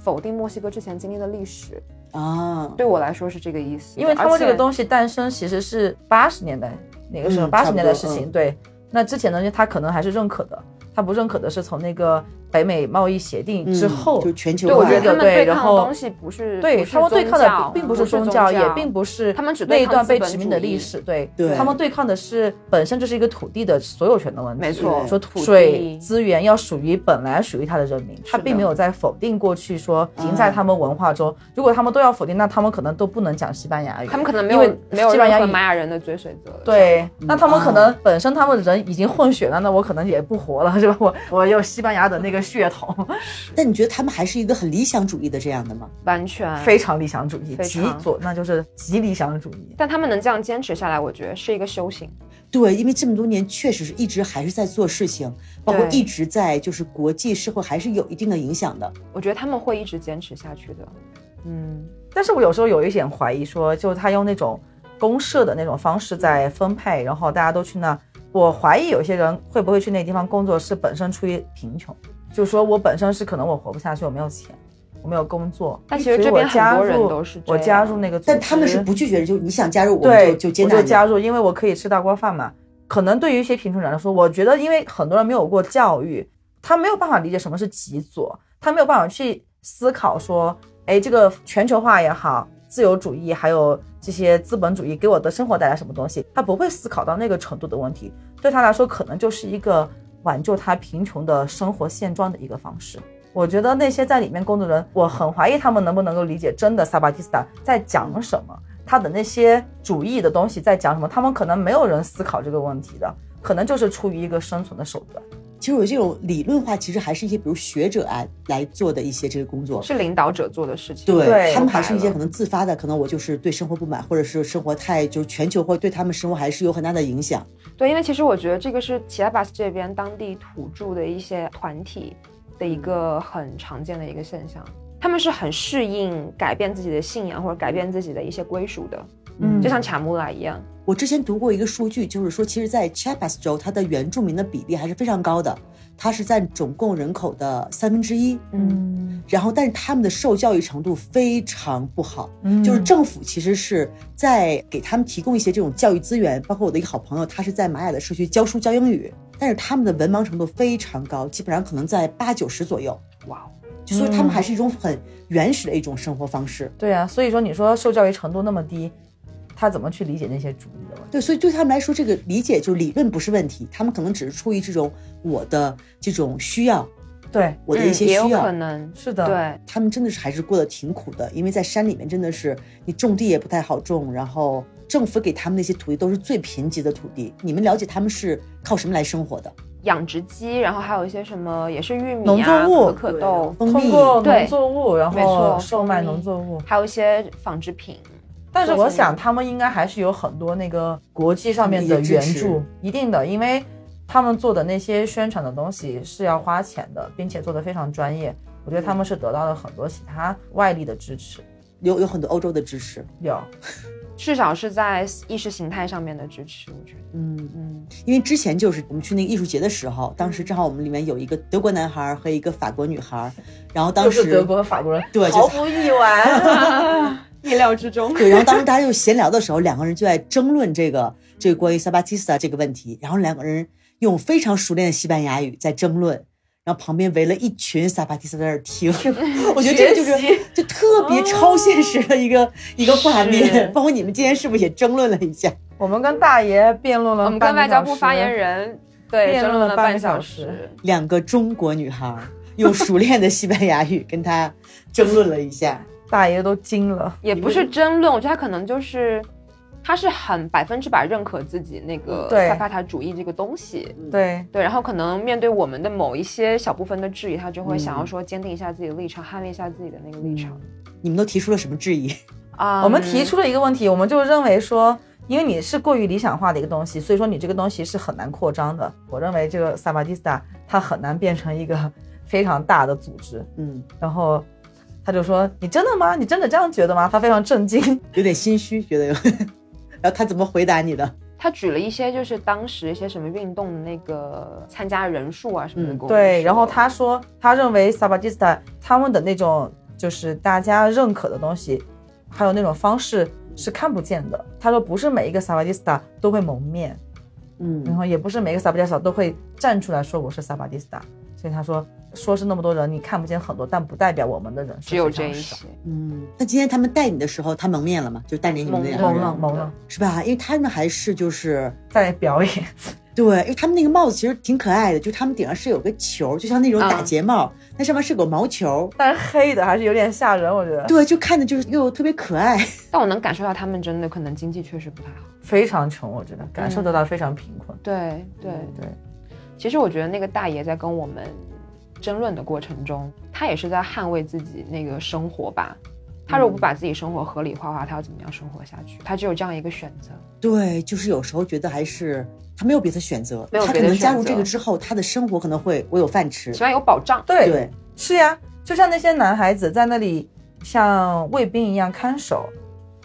Speaker 2: 否定墨西哥之前经历的历史。
Speaker 1: 啊，
Speaker 2: 对我来说是这个意思的，
Speaker 3: 因为他们这个
Speaker 2: 西
Speaker 3: 东西诞生其实是八十年代那个时候
Speaker 1: 嗯
Speaker 3: 八十、80年代的事
Speaker 1: 差不多
Speaker 3: 情，对。那之前呢，他可能还是认可的，他不认可的是从那个北美贸易协定之
Speaker 1: 嗯
Speaker 3: 后，
Speaker 1: 就全球
Speaker 2: 对
Speaker 1: 化
Speaker 2: 我觉得他
Speaker 3: 对
Speaker 2: 们对抗
Speaker 3: 然
Speaker 2: 的
Speaker 3: 后
Speaker 2: 东西不是
Speaker 3: 对
Speaker 2: 不是
Speaker 3: 他们对抗的
Speaker 2: 宗
Speaker 3: 并
Speaker 2: 不
Speaker 3: 不是
Speaker 2: 宗
Speaker 3: 教，
Speaker 2: 教
Speaker 3: 也并不是
Speaker 2: 他们只
Speaker 3: 那
Speaker 2: 对
Speaker 3: 一段
Speaker 2: 抗
Speaker 3: 被
Speaker 2: 资本
Speaker 3: 殖民的
Speaker 2: 主义
Speaker 3: 历史，对
Speaker 1: 对
Speaker 3: 他们对抗的是本身就是一个土地的所有权的问题，
Speaker 2: 没错
Speaker 3: 说
Speaker 2: 土
Speaker 3: 水
Speaker 2: 地
Speaker 3: 资源要属于本来属于他的人民，他
Speaker 2: 是
Speaker 3: 并
Speaker 2: 的嗯
Speaker 3: 没有在否定过去说停在他们文化中，如果他们都要否定，那他们可能都不能讲西班牙语，
Speaker 2: 他们可能没
Speaker 3: 因为
Speaker 2: 有没有
Speaker 3: 西班
Speaker 2: 任
Speaker 3: 牙
Speaker 2: 何
Speaker 3: 语
Speaker 2: 玛雅人的追随者。
Speaker 3: 对，那他们可
Speaker 1: 嗯
Speaker 3: 能本身他们人已经混血了，那我可能也不活了，是吧？我我有西班牙的那个血统，
Speaker 1: 但你觉得他们还是一个很理想主义的这样的吗？
Speaker 2: 完全
Speaker 3: 非常理想主义，
Speaker 2: 嗯非
Speaker 3: 极
Speaker 2: 常
Speaker 3: 左，那就是极理想主义。
Speaker 2: 但他们能这样坚持下来，我觉得是一个修行。
Speaker 1: 对，因为这么多年确实是一直还是在做事情，包括
Speaker 2: 对
Speaker 1: 一直在就是国际社会还是有一定的影响的。
Speaker 2: 我觉得他们会一直坚持下去的。嗯，
Speaker 3: 但是我有时候有一点怀疑说，就他用那种公社的那种方式在分配，然后大家都去那，我怀疑有些人会不会去那地方工作是本身出于贫穷，就说我本身是可能我活不下去，我没有钱，我没有工作。
Speaker 2: 但其实
Speaker 3: 所以
Speaker 2: 这
Speaker 3: 我
Speaker 2: 边
Speaker 3: 加
Speaker 2: 很多人
Speaker 3: 入
Speaker 2: 都是这
Speaker 3: 我加
Speaker 2: 样
Speaker 3: 入那个组织，
Speaker 1: 但他们是不拒绝的，就你想加入我们
Speaker 3: 对，
Speaker 1: 就就接
Speaker 3: 我
Speaker 1: 纳
Speaker 3: 就
Speaker 1: 你。
Speaker 3: 加入，因为我可以吃大锅饭嘛。可能对于一些贫穷人来说，我觉得因为很多人没有过教育，他没有办法理解什么是极左，他没有办法去思考说，哎，这个全球化也好，自由主义还有这些资本主义给我的生活带来什么东西，他不会思考到那个程度的问题。对他来说，可能就是一个挽救他贫穷的生活现状的一个方式。我觉得那些在里面工作人，我很怀疑他们能不能够理解真的萨巴蒂斯塔在讲什么，他的那些主义的东西在讲什么，他们可能没有人思考这个问题的，可能就是出于一个生存的手段。
Speaker 1: 其实我这种理论化，其实还是一些比如学者啊来做的一些这个工作。
Speaker 2: 是领导者做的事情。
Speaker 1: 对
Speaker 3: 对
Speaker 1: 他们还是一些
Speaker 2: 明白了
Speaker 1: 可能自发的，可能我就是对生活不满，或者是生活太就是全球化对他们生活还是有很大的影响。
Speaker 2: 对，因为其实我觉得这个是奇拉巴斯这边当地土著的一些团体的一个很常见的一个现象，他们是很适应改变自己的信仰或者改变自己的一些归属的，
Speaker 3: 嗯
Speaker 2: 就像卡穆拉一样。
Speaker 1: 我之前读过一个数据，就是说，其实，在 Chiapas 州，它的原住民的比例还是非常高的，它是占总共人口的三分之一。
Speaker 2: 嗯，
Speaker 1: 然后，但是他们的受教育程度非常不好，
Speaker 3: 嗯
Speaker 1: 就是政府其实是在给他们提供一些这种教育资源，包括我的一个好朋友，他是在玛雅的社区教书教英语，但是他们的文盲程度非常高，基本上可能在八九十左右。
Speaker 2: 哇哦，
Speaker 1: 就所以他
Speaker 3: 嗯
Speaker 1: 们还是一种很原始的一种生活方式。
Speaker 3: 对啊，所以说你说受教育程度那么低，他怎么去理解那些主义的问题。
Speaker 1: 对，所以对他们来说，这个理解就是理论不是问题，他们可能只是出于这种我的这种需要，
Speaker 3: 对，
Speaker 1: 我的一些
Speaker 2: 嗯也有
Speaker 1: 需
Speaker 2: 可
Speaker 1: 要。
Speaker 2: 能，
Speaker 3: 是的，
Speaker 2: 对，
Speaker 1: 他们真的是还是过得挺苦的，因为在山里面真的是你种地也不太好种，然后政府给他们那些土地都是最贫瘠的土地。你们了解他们是靠什么来生活的？
Speaker 2: 养殖鸡，然后还有一些什么也是玉米
Speaker 3: 农
Speaker 2: 啊、
Speaker 3: 作物
Speaker 2: 可可豆，
Speaker 1: 蜂
Speaker 3: 通
Speaker 1: 蜜
Speaker 3: 过农
Speaker 2: 对
Speaker 3: 作物，然
Speaker 2: 没
Speaker 3: 后
Speaker 2: 错
Speaker 3: 售卖
Speaker 2: 蜂蜜
Speaker 3: 农作物。
Speaker 2: 还有一些纺织品。
Speaker 3: 但是
Speaker 2: 做
Speaker 3: 我
Speaker 2: 成
Speaker 3: 想，他们应该还是有很多那个国际上面的
Speaker 1: 一些
Speaker 3: 援
Speaker 1: 支持
Speaker 3: 助，一定的，因为他们做的那些宣传的东西是要花钱的，并且做的非常专业。我觉得他们是得到了很多其他外力的支持。
Speaker 1: 有有很多欧洲的支持，
Speaker 3: 有，
Speaker 2: 至少是在意识形态上面的支持，我觉得，
Speaker 1: 嗯，
Speaker 2: 嗯，
Speaker 1: 因为之前就是我们去那个艺术节的时候，当时正好我们里面有一个德国男孩儿和一个法国女孩儿，然后当
Speaker 3: 又
Speaker 1: 时
Speaker 3: 是德国、法国人，
Speaker 1: 对就
Speaker 3: 毫不意外。
Speaker 4: 意料 之中。
Speaker 1: 对，然后当时大家就闲聊的时候，两个人就在争论这个这个关于萨巴蒂斯塔这个问题，然后两个人用非常熟练的西班牙语在争论，然后旁边围了一群萨巴蒂斯塔在那儿听，我觉得这个就是就特别超现实的一个、一个画面
Speaker 2: 是，
Speaker 1: 包括你们今天是不是也争论了一下？
Speaker 3: 我们跟大爷辩论了，
Speaker 2: 我们跟外交部发言，人对
Speaker 3: 辩
Speaker 2: 争
Speaker 3: 论
Speaker 2: 论
Speaker 3: 了
Speaker 2: 了
Speaker 3: 半
Speaker 2: 半
Speaker 3: 个小
Speaker 2: 小
Speaker 3: 时
Speaker 2: 时，
Speaker 1: 两个中国女孩儿用熟练的西班牙语跟他争论了一下，
Speaker 3: 大爷都惊了。
Speaker 2: 也不是争论，我觉得他可能就是，他是很百分之百认可自己那个
Speaker 3: 对
Speaker 2: 萨帕塔主义这个东西，
Speaker 3: 对，
Speaker 2: 对，然后可能面对我们的某一些小部分的质疑，他就会想要
Speaker 1: 嗯
Speaker 2: 说坚定一下自己的立场，捍卫一下自己的那个立场
Speaker 1: 你们都提出了什么质疑？
Speaker 2: 啊。
Speaker 3: 嗯我们提出了一个问题，我们就认为说，因为你是过于理想化的一个东西，所以说你这个东西是很难扩张的。我认为这个萨巴蒂斯塔它很难变成一个非常大的组织。
Speaker 1: 嗯，
Speaker 3: 然后他就说：“你真的吗？你真的这样觉得吗？”他非常震惊。
Speaker 1: 有点心虚，觉得有。 然后他怎么回答你的？
Speaker 2: 他举了一些就是当时一些什么运动的那个参加人数啊什么的
Speaker 1: 嗯
Speaker 2: 给我们说，
Speaker 3: 对，然后他说他认为萨巴蒂斯塔他们的那种就是大家认可的东西，还有那种方式是看不见的。他说不是每一个萨巴蒂斯塔都会蒙面。
Speaker 1: 嗯
Speaker 3: 然后也不是每个萨巴蒂斯塔都会站出来说我是萨巴蒂斯塔，所以他说说是那么多人，你看不见很多，但不代表我们的人数
Speaker 2: 只有
Speaker 3: 非
Speaker 2: 这
Speaker 3: 常
Speaker 2: 一
Speaker 3: 少
Speaker 2: 些，
Speaker 1: 嗯，那今天他们带你的时候，他蒙面了吗？就带着你们那两个
Speaker 3: 蒙
Speaker 1: 人
Speaker 3: 了
Speaker 2: 对
Speaker 3: 蒙了，
Speaker 1: 是吧？因为他们还是就是
Speaker 3: 在表演，
Speaker 1: 对，因为他们那个帽子其实挺可爱的，就他们顶上是有个球，就像那种
Speaker 2: 啊
Speaker 1: 打结帽，那上面是个毛球，
Speaker 3: 但是黑的还是有点吓人，我觉得
Speaker 1: 对，就看着就是又特别可爱。
Speaker 2: 但我能感受到他们真的可能经济确实不太好。
Speaker 3: 非常穷，我觉得感受得到非常贫困。
Speaker 2: 对对
Speaker 3: 对，
Speaker 2: 其实我觉得那个大爷在跟我们争论的过程中，他也是在捍卫自己那个生活吧。他如果不把自己生活合理化的话，他要怎么样生活下去？他只有这样一个选择。
Speaker 1: 对，就是有时候觉得还是他没有别的选择，
Speaker 2: 没有
Speaker 1: 他可
Speaker 2: 别的
Speaker 1: 能加入
Speaker 2: 选择
Speaker 1: 这个之后，他的生活可能会我有饭吃。
Speaker 2: 起码有保障。
Speaker 3: 对
Speaker 1: 对，
Speaker 3: 是呀，就像那些男孩子在那里像卫兵一样看守，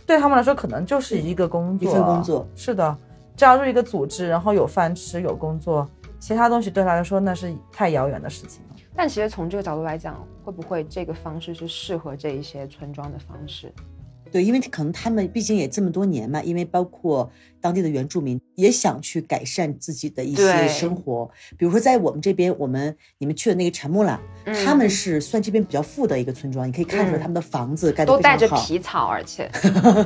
Speaker 3: 对他们来说可能就是一个工作，
Speaker 1: 一份工作。
Speaker 3: 是的，加入一个组织，然后有饭吃，有工作，其他东西对他来说那是太遥远的事 情了。
Speaker 2: 但其实从这个角度来讲，会不会这个方式是适合这一些村庄的方式？
Speaker 1: 对，因为可能他们毕竟也这么多年嘛，因为包括当地的原住民也想去改善自己的一些
Speaker 2: 对
Speaker 1: 生活，比如说在我们这边，我们你们去的那个产木拉，
Speaker 2: 嗯
Speaker 1: 他们是算这边比较富的一个村庄，你可以看出来
Speaker 2: 嗯
Speaker 1: 他们的房子盖得
Speaker 2: 都
Speaker 1: 非
Speaker 2: 带着
Speaker 1: 常好。
Speaker 2: 皮草，而且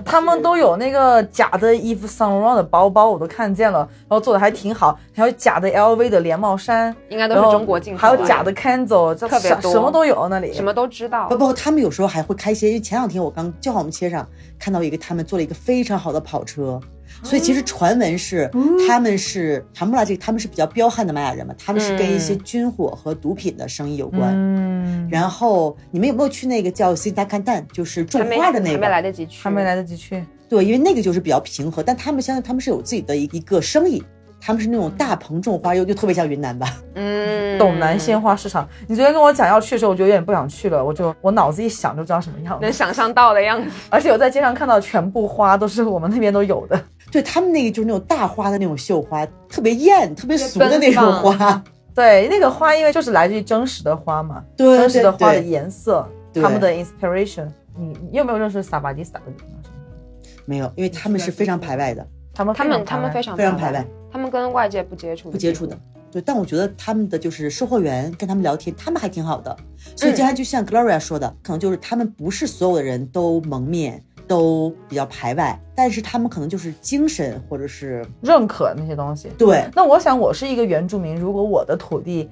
Speaker 3: 他们都有那个假的衣服 Saint Laurent 的包包，我都看见了，然后做的还挺好，还有假的 LV 的连帽衫，
Speaker 2: 应 该都
Speaker 3: 然
Speaker 2: 是
Speaker 1: 哦
Speaker 3: 后
Speaker 2: 中国进口
Speaker 3: 还
Speaker 2: 的，
Speaker 3: 有假的 Kenzo，这
Speaker 2: 特别
Speaker 3: 什
Speaker 2: 多
Speaker 3: 什么都有那里。
Speaker 2: 什么都知道
Speaker 1: 不。不，他们有时候还会开一些，因为前两天我刚正好我们街上看到一个，他们做了一个非常好的跑车，所以其实
Speaker 2: 哦
Speaker 1: 传闻是、
Speaker 2: 嗯
Speaker 1: 他们是产木拉这个他们是比较彪悍的玛雅人嘛，他们是跟一些
Speaker 2: 嗯
Speaker 1: 军火和毒品的生意有关。
Speaker 3: 嗯，
Speaker 1: 然后你们有没有去那个叫 c i t a c a n t a n 就是种
Speaker 2: 还没
Speaker 1: 花的那
Speaker 2: 还没来
Speaker 1: 个？
Speaker 2: 得及去，
Speaker 3: 还没来得及去，
Speaker 1: 对，因为那个就是比较平和，但他们相信他们是有自己的一一个生意，他们是那种大棚种花，又又特别像云南吧？
Speaker 2: 嗯，
Speaker 3: 董南鲜花市场。你昨天跟我讲要去的时候，我就有点不想去了，我就我脑子一想就知道什么样
Speaker 2: 能
Speaker 3: 子。
Speaker 2: 想象到的样子。
Speaker 1: 嗯
Speaker 3: 而且我在街上看到全部花都是我们那边都有的，
Speaker 1: 对他们那个就是那种大花的那种绣花，特别艳、特别俗的那种
Speaker 2: 奔
Speaker 1: 花。
Speaker 3: 对，那个花因为就是来自于真实的花嘛，
Speaker 1: 对
Speaker 3: 真实的
Speaker 1: 对
Speaker 3: 花的
Speaker 1: 对
Speaker 3: 颜色，
Speaker 1: 对
Speaker 3: 他们的 inspiration。你你有没有认识萨巴蒂斯塔的地方？
Speaker 1: 没有，因为他们是非常排外的，
Speaker 3: 他们
Speaker 2: 他们他们
Speaker 3: 非常。
Speaker 2: 非常
Speaker 1: 非常排外，
Speaker 2: 他们跟外界不接触，
Speaker 1: 不接触的。。对，但我觉得他们的就是售货员跟他们聊天，他们还挺好的。所以
Speaker 2: 嗯
Speaker 1: 刚才就像 Gloria 说的，可能就是他们不是所有的人都蒙面，都比较排外，但是他们可能就是精神或者是
Speaker 3: 认可那些东西。
Speaker 1: 对
Speaker 3: 那我想，我是一个原住民，如果我的土地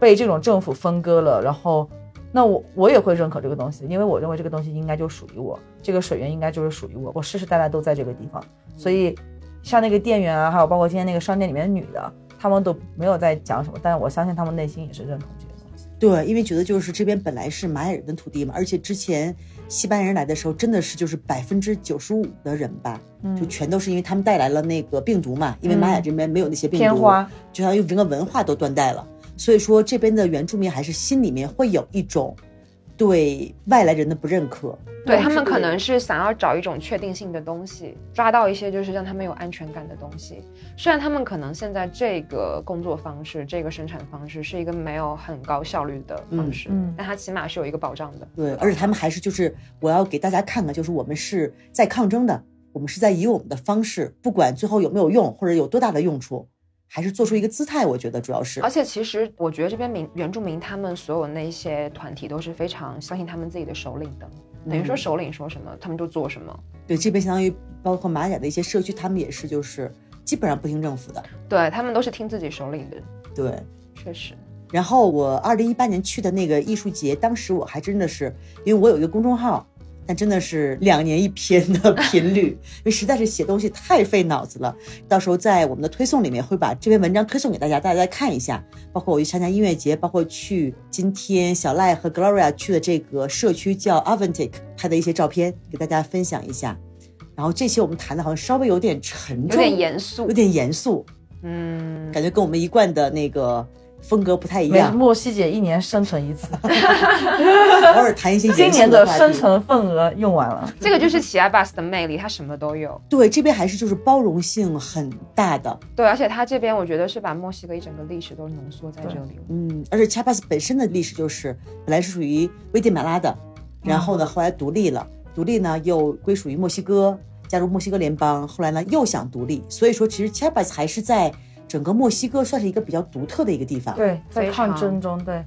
Speaker 3: 被这种政府分割了，然后那我我也会认可这个东西，因为我认为这个东西应该就属于我，这个水源应该就是属于我，我世世代代都在这个地方，所以像那个店员啊，还有包括今天那个商店里面的女的，她们都没有在讲什么，但是我相信她们内心也是认同这个东西。
Speaker 1: 对，因为觉得就是这边本来是玛雅人的土地嘛，而且之前西班牙人来的时候，真的是就是百分之九十五的人吧，嗯就全都是因为他们带来了那个病毒嘛，因为玛雅这边没有那些病毒，
Speaker 3: 天花，
Speaker 1: 就相当于整个文化都断代了。所以说，这边的原住民还是心里面会有一种对外来人的不认可。
Speaker 2: 对
Speaker 4: 对
Speaker 2: 他们
Speaker 4: 是
Speaker 2: 可
Speaker 4: 的
Speaker 2: 能是想要找一种确定性的东西，抓到一些就是让他们有安全感的东西。虽然他们可能现在这个工作方式、这个生产方式是一个没有很高效率的方式，
Speaker 3: 嗯嗯
Speaker 2: 但它起码是有一个保障的。
Speaker 1: 对，而且他们还是就是我要给大家看看，就是我们是在抗争的，我们是在以我们的方式，不管最后有没有用或者有多大的用处，还是做出一个姿态。我觉得主要是
Speaker 2: 而且其实我觉得这边民原住民他们所有那些团体都是非常相信他们自己的首领的，等于说
Speaker 1: 嗯
Speaker 2: 首领说什么他们就做什么。
Speaker 1: 对这边相当于包括玛雅的一些社区，他们也是就是基本上不听政府的。
Speaker 2: 对他们都是听自己首领的，
Speaker 1: 对，
Speaker 2: 确实。
Speaker 1: 然后我二零一八年去的那个艺术节，当时我还真的是，因为我有一个公众号，但真的是两年一篇的频 率，因为实在是写东西太费脑子了。到时候在我们的推送里面会把这篇文章推送给大家，大家看一下。包括我去参加音乐节，包括去今天小赖和 Gloria 去的这个社区叫 Aventic 拍的一些照片，给大家分享一下。然后这期我们谈的好像稍微有点沉
Speaker 2: 有
Speaker 1: 重，
Speaker 2: 点严肃
Speaker 1: 有，点严肃，
Speaker 2: 嗯，
Speaker 1: 感觉跟我们一贯的那个风格不太一
Speaker 3: 没事，
Speaker 1: 样。
Speaker 3: 莫西姐一年生成一次，
Speaker 1: 偶尔谈一些
Speaker 3: 今
Speaker 1: 严肃
Speaker 3: 年的
Speaker 1: 话题
Speaker 3: 生成份额用完了。
Speaker 2: 这个就是奇亚巴斯的魅力，它什么都有。
Speaker 1: 对这边还是就是包容性很大的，
Speaker 2: 对，而且它这边我觉得是把墨西哥一整个历史都浓缩在这里。
Speaker 1: 嗯，而且 Chiapas 本身的历史就是本来是属于危地马拉的，然后
Speaker 3: 嗯
Speaker 1: 呢后来独立了，独立呢又归属于墨西哥，加入墨西哥联邦，后来呢又想独立，所以说其实 Chiapas 还是在整个墨西哥算是一个比较独特的一个地方。
Speaker 3: 对，在
Speaker 2: 非
Speaker 3: 抗
Speaker 2: 常
Speaker 3: 争中，对，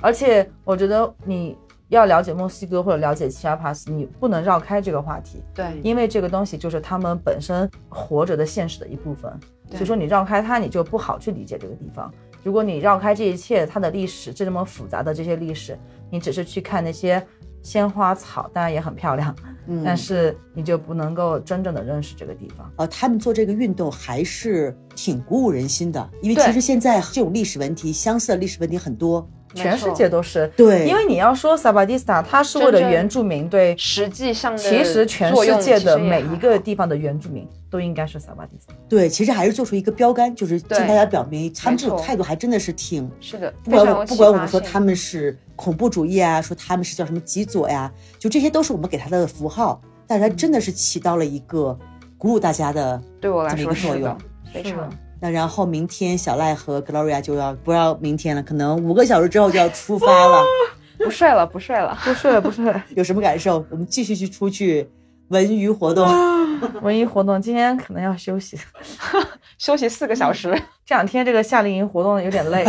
Speaker 3: 而且我觉得你要了解墨西哥或者了解 Chiapas，你不能绕开这个话题，
Speaker 2: 对，
Speaker 3: 因为这个东西就是他们本身活着的现实的一部分。
Speaker 2: 对
Speaker 3: 所以说你绕开它，你就不好去理解这个地方。如果你绕开这一切，它的历史这么复杂的这些历史，你只是去看那些鲜花草，当然也很漂亮，
Speaker 1: 嗯，
Speaker 3: 但是你就不能够真正的认识这个地方。
Speaker 1: 呃，他们做这个运动还是挺鼓舞人心的，因为
Speaker 2: 对
Speaker 1: 其实现在这种历史问题，相似的历史问题很多。
Speaker 2: 没
Speaker 3: 全世
Speaker 2: 错
Speaker 3: 界都是，
Speaker 1: 对，
Speaker 3: 因为你要说 Sabadista，它是为了
Speaker 2: 真正
Speaker 3: 原住民对
Speaker 2: 实际上的
Speaker 3: 其实全
Speaker 2: 作
Speaker 3: 世
Speaker 2: 用
Speaker 3: 界
Speaker 2: 其
Speaker 3: 的
Speaker 2: 实也
Speaker 3: 每
Speaker 2: 还
Speaker 3: 一个
Speaker 2: 好
Speaker 3: 地方的原住民都应该是萨瓦迪斯。
Speaker 1: 对，其实还是做出一个标杆，就是向
Speaker 2: 对
Speaker 1: 大家表明他们这种
Speaker 2: 没错
Speaker 1: 态度还真的是挺
Speaker 2: 是的，
Speaker 1: 不
Speaker 2: 非
Speaker 1: 管我
Speaker 2: 常有
Speaker 1: 不
Speaker 2: 启
Speaker 1: 管我
Speaker 2: 发
Speaker 1: 们说
Speaker 2: 性
Speaker 1: 他们是恐怖主义啊，说他们是叫什么极左呀，就这些都是我们给他的符号，但是他真的是起到了一个鼓舞大家的。
Speaker 2: 对我来
Speaker 1: 这么一个
Speaker 2: 说是
Speaker 1: 作
Speaker 2: 的
Speaker 1: 用，
Speaker 2: 非
Speaker 3: 是的
Speaker 2: 常
Speaker 1: 那然后明天小赖和 Gloria 就要不要明天了，可能五个小时之后就要出发 了，
Speaker 2: 不睡了，不睡 了。
Speaker 3: 不是不是，
Speaker 1: 有什么感受？我们继续去出去文娱活 动。
Speaker 3: 文艺活动今天可能要休息。
Speaker 2: 休息四个小时，
Speaker 3: 这两天这个夏令营活动有点累，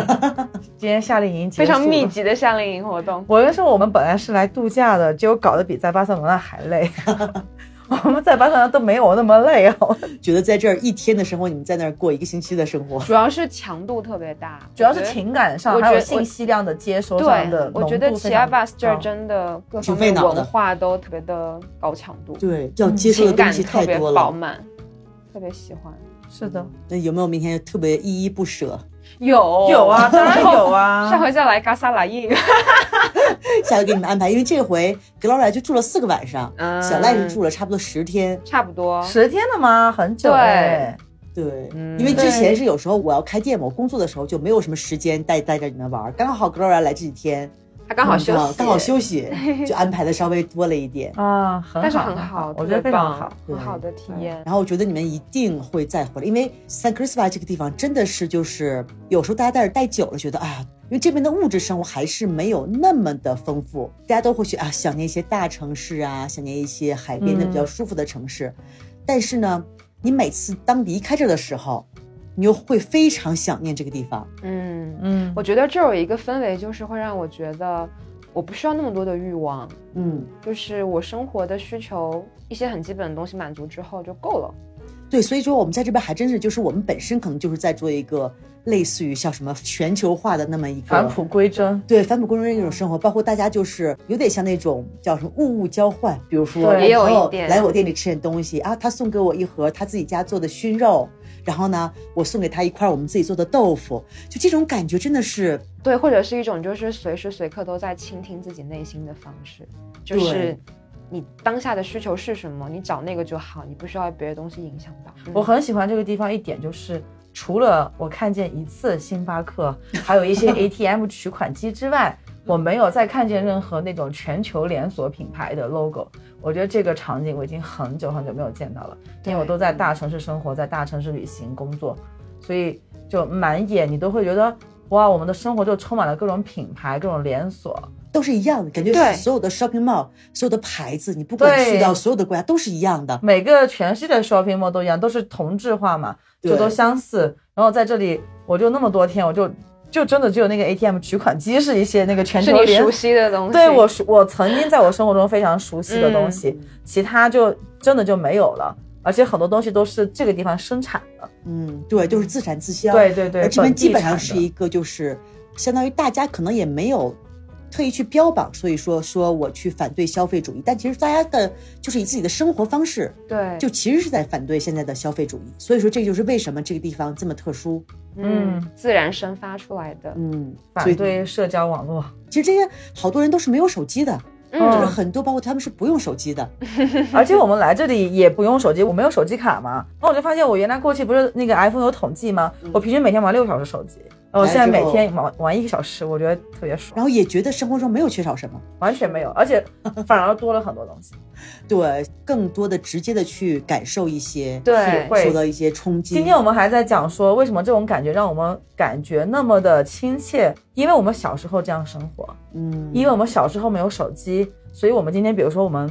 Speaker 3: 今天夏令营结
Speaker 2: 非常
Speaker 3: 束了
Speaker 2: 密。集的夏令营活动。
Speaker 3: 我跟说我们本来是来度假的，结果搞得比在巴塞罗那还累。 我们在巴塞罗那都没有那么累哦，
Speaker 1: 觉得在这儿一天的生活，你们在那儿过一个星期的生活。
Speaker 2: 主要是强度特别大，
Speaker 3: 主要
Speaker 2: 我
Speaker 3: 是
Speaker 2: 觉得
Speaker 3: 情感上
Speaker 2: 我觉
Speaker 3: 还有
Speaker 2: 我
Speaker 3: 信息量的接收上
Speaker 2: 对，
Speaker 3: 的浓度
Speaker 2: 我觉得
Speaker 3: 非
Speaker 2: c
Speaker 3: 常
Speaker 2: h b a s 这儿
Speaker 3: 高
Speaker 2: 真的各
Speaker 1: 挺
Speaker 2: 方
Speaker 1: 费
Speaker 2: 面
Speaker 1: 脑的
Speaker 2: 文化都特别的高强度，
Speaker 1: 对，要
Speaker 3: 嗯
Speaker 1: 接受的东
Speaker 2: 情感
Speaker 1: 西
Speaker 2: 特
Speaker 1: 太
Speaker 2: 别
Speaker 1: 多
Speaker 2: 饱
Speaker 1: 了。
Speaker 2: 满，特别喜欢。
Speaker 3: 是的，
Speaker 1: 那有没有明天特别依依不舍？
Speaker 2: 有
Speaker 3: 有 啊，当然有啊。
Speaker 2: 下回再来嘎萨拉印。
Speaker 1: 下回给你们安排，因为这回 Gloria 就住了四个晚上，
Speaker 2: 嗯
Speaker 1: 小赖是住了差不多十天。
Speaker 2: 差不多。
Speaker 3: 十天了吗？很久
Speaker 2: 对
Speaker 3: 哎。
Speaker 1: 对，
Speaker 2: 嗯
Speaker 1: 因为之前是有时候我要开店嘛，我工作的时候就没有什么时间带带着你们玩儿，刚好 Gloria 来这几天，
Speaker 2: 他刚好休
Speaker 1: 嗯
Speaker 2: 息，
Speaker 1: 刚好。休 息，就安排的稍微多了一点。
Speaker 3: 啊，很好，
Speaker 2: 但是很好，
Speaker 3: 我觉
Speaker 2: 特
Speaker 3: 得
Speaker 2: 别
Speaker 3: 非常
Speaker 2: 棒
Speaker 3: 好。
Speaker 1: 对
Speaker 2: 很好的体验。
Speaker 1: 然后我觉得你们一定会再回来，因为 San Cristobal 这个地方真的是就是有时候大家在这儿待久了，觉得啊，因为这边的物质生活还是没有那么的丰富，大家都会去啊想念一些大城市啊，想念一些海边的
Speaker 3: 嗯
Speaker 1: 比较舒服的城市。但是呢，你每次当离开这儿的时候，你又会非常想念这个地方。
Speaker 2: 嗯，
Speaker 3: 嗯，
Speaker 2: 我觉得这有一个氛围，就是会让我觉得我不需要那么多的欲望，
Speaker 1: 嗯，
Speaker 2: 就是我生活的需求一些很基本的东西满足之后就够了。
Speaker 1: 对，所以说我们在这边还真是就是我们本身可能就是在做一个类似于像什么全球化的那么一个
Speaker 3: 返璞归真。
Speaker 1: 对返璞归真的那种生活，包括大家就是有点像那种叫什么物物交换，比如说
Speaker 3: 对
Speaker 1: 我
Speaker 2: 也有
Speaker 1: 朋友
Speaker 2: 一点
Speaker 1: 来我店里吃点东西啊，他送给我一盒他自己家做的熏肉，然后呢，我送给他一块我们自己做的豆腐，就这种感觉真的是
Speaker 2: 对，或者是一种就是随时随刻都在倾听自己内心的方式，就
Speaker 1: 对
Speaker 2: 是你当下的需求是什么，你找那个就好，你不需要被别的东西影响到。嗯
Speaker 3: 我很喜欢这个地方一点就是，除了我看见一次星巴克，还有一些 ATM 取款机之外，我没有再看见任何那种全球连锁品牌的 logo。我觉得这个场景我已经很久很久没有见到了，因为我都在大城市生活，在大城市旅行工作，所以就满眼你都会觉得哇，我们的生活就充满了各种品牌、各种连锁。
Speaker 1: 都是一样的，感觉
Speaker 2: 对
Speaker 1: 所有的 shopping mall 所有的牌子，你不管
Speaker 3: 对
Speaker 1: 去到所有的国家都是一样的，
Speaker 3: 每个全世界的 shopping mall 都一样，都是同质化嘛，
Speaker 1: 对
Speaker 3: 就都相似。然后在这里，我就那么多天，我就就真的只有那个 ATM 取款机是一些那个全
Speaker 2: 是
Speaker 3: 球
Speaker 2: 你
Speaker 3: 连
Speaker 2: 熟，悉的东西，
Speaker 3: 对我熟我曾经在我生活中非常熟悉的东西，
Speaker 2: 嗯
Speaker 3: 其他就真的就没有了。而且很多东西都是这个地方生产的，
Speaker 1: 嗯，对，就是自产自销，
Speaker 3: 对对对，
Speaker 1: 而这边基本上
Speaker 3: 本地
Speaker 1: 是
Speaker 3: 产的
Speaker 1: 一个就是相当于大家可能也没有特意去标榜，所以说说我去反对消费主义，但其实大家的就是以自己的生活方式，
Speaker 2: 对，
Speaker 1: 就其实是在反对现在的消费主义，所以说这就是为什么这个地方这么特殊，
Speaker 2: 嗯
Speaker 3: 嗯，
Speaker 2: 自然生发出来的，
Speaker 1: 嗯，所
Speaker 3: 反
Speaker 1: 以
Speaker 3: 对社交网络，
Speaker 1: 其实这些好多人都是没有手机的，
Speaker 3: 嗯
Speaker 1: 就是很多包括他们是不用手机的，
Speaker 3: 而且我们来这里也不用手机，我没有手机卡嘛。那我就发现我原来过去不是那个 iPhone 有统计吗？
Speaker 1: 嗯
Speaker 3: 我平均每天玩六小时手机，然后我现在每天玩玩一个小时，我觉得特别爽，
Speaker 1: 哎然后也觉得生活中没有缺少什么。
Speaker 3: 完全没有，而且反而多了很多东 西。
Speaker 1: 对，更多的直接的去感受一些
Speaker 2: 对
Speaker 3: 会
Speaker 1: 受到一些冲击。
Speaker 3: 今天我们还在讲说，为什么这种感觉让我们感觉那么的亲切？因为我们小时候这样生活，
Speaker 1: 嗯，
Speaker 3: 因为我们小时候没有手机，所以我们今天比如说我们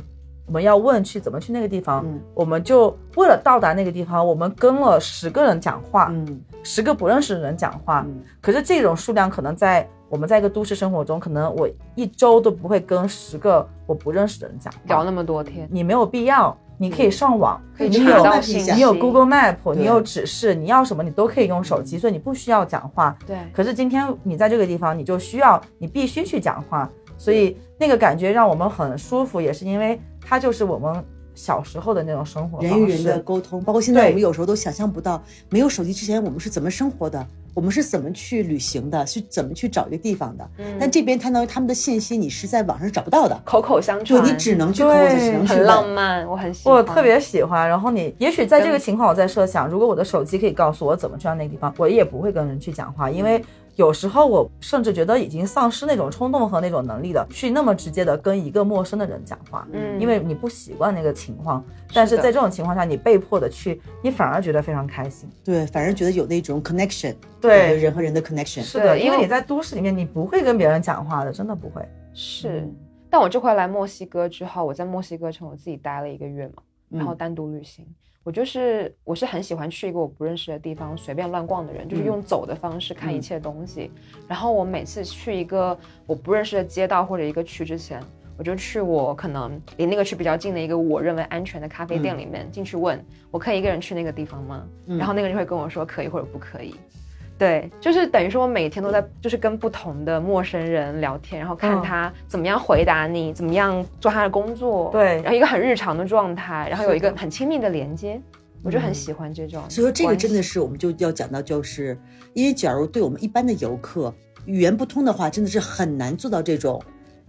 Speaker 3: 我们要问去怎么去那个地方，
Speaker 1: 嗯
Speaker 3: 我们就为了到达那个地方，我们跟了十个人讲话，
Speaker 1: 嗯
Speaker 3: 十个不认识的人讲话。
Speaker 1: 嗯
Speaker 3: 可是这种数量可能在我们在一个都市生活中，可能我一周都不会跟十个我不认识的人讲
Speaker 2: 聊
Speaker 3: 话。
Speaker 2: 那么多天，
Speaker 3: 你没有必要，你可以上网，
Speaker 2: 可
Speaker 1: 嗯
Speaker 2: 以
Speaker 3: 你
Speaker 2: 查
Speaker 3: 有
Speaker 2: 到
Speaker 1: 慢
Speaker 2: 信
Speaker 1: 一
Speaker 2: 息，
Speaker 1: 下
Speaker 3: 你有 Google Map，
Speaker 1: 对
Speaker 3: 你有指示，你要什么你都可以用手机，所以你不需要讲话。
Speaker 2: 对，
Speaker 3: 可是今天你在这个地方，你就需要，你必须去讲话，所以那个感觉让我们很舒服，也是因为它就是我们小时候的那种生活
Speaker 1: 人与
Speaker 3: 方
Speaker 1: 人的
Speaker 3: 式。
Speaker 1: 沟通，包括现在
Speaker 3: 对
Speaker 1: 我们有时候都想象不到，没有手机之前我们是怎么生活的，我们是怎么去旅行的，是怎么去找一个地方的。
Speaker 2: 嗯
Speaker 1: 但这边看到他们的信息，你是在网上找不到的，
Speaker 2: 口口相
Speaker 1: 就
Speaker 2: 传，
Speaker 1: 你只能去抠，
Speaker 3: 对
Speaker 1: 只能去
Speaker 2: 很浪
Speaker 1: 问。
Speaker 2: 漫，我很喜欢，
Speaker 3: 我特别喜欢，然后你也许在这个情况，我在设想，如果我的手机可以告诉我怎么去到那个地方，我也不会跟人去讲话，因为有时候我甚至觉得已经丧失那种冲动和那种能力了，去那么直接的跟一个陌生的人讲话，
Speaker 2: 嗯，
Speaker 3: 因为你不习惯那个情况。但是
Speaker 2: 的
Speaker 3: 在这种情况下，你被迫的去，你反而觉得非常开心。
Speaker 1: 对，反正觉得有那种 connection，
Speaker 3: 对
Speaker 1: 有人和人的 connection。
Speaker 3: 是的，
Speaker 2: 对
Speaker 3: 因
Speaker 2: 因
Speaker 3: 为
Speaker 2: 为
Speaker 3: 你在都市里面，你不会跟别人讲话的，真的不会。
Speaker 1: 嗯
Speaker 2: 是。但我这回来墨西哥之后，我在墨西哥城我自己待了一个月嘛，然后
Speaker 1: 嗯
Speaker 2: 单独旅行。我就是我是很喜欢去一个我不认识的地方随便乱逛的人，就是
Speaker 1: 嗯
Speaker 2: 用走的方式看一
Speaker 1: 嗯
Speaker 2: 切东西。然后我每次去一个我不认识的街道或者一个区之前，我就去我可能离那个区比较近的一个我认为安全的咖啡店里面进去问，我可以一个人去那个地方吗？
Speaker 1: 嗯
Speaker 2: 然后那个人就会跟我说可以或者不可以。对，就是等于说我每天都在，就是跟不同的陌生人聊天，然后看
Speaker 3: 嗯
Speaker 2: 他怎么样回答你，怎么样做他的工作，
Speaker 3: 对
Speaker 2: 然后一个很日常的状态，然后有一个
Speaker 3: 是的
Speaker 2: 很亲密的连接，我就
Speaker 3: 嗯
Speaker 2: 很喜欢这种关系。
Speaker 1: 所以说这个真的是我们就要讲到，就是因为假如对我们一般的游客语言不通的话，真的是很难做到这种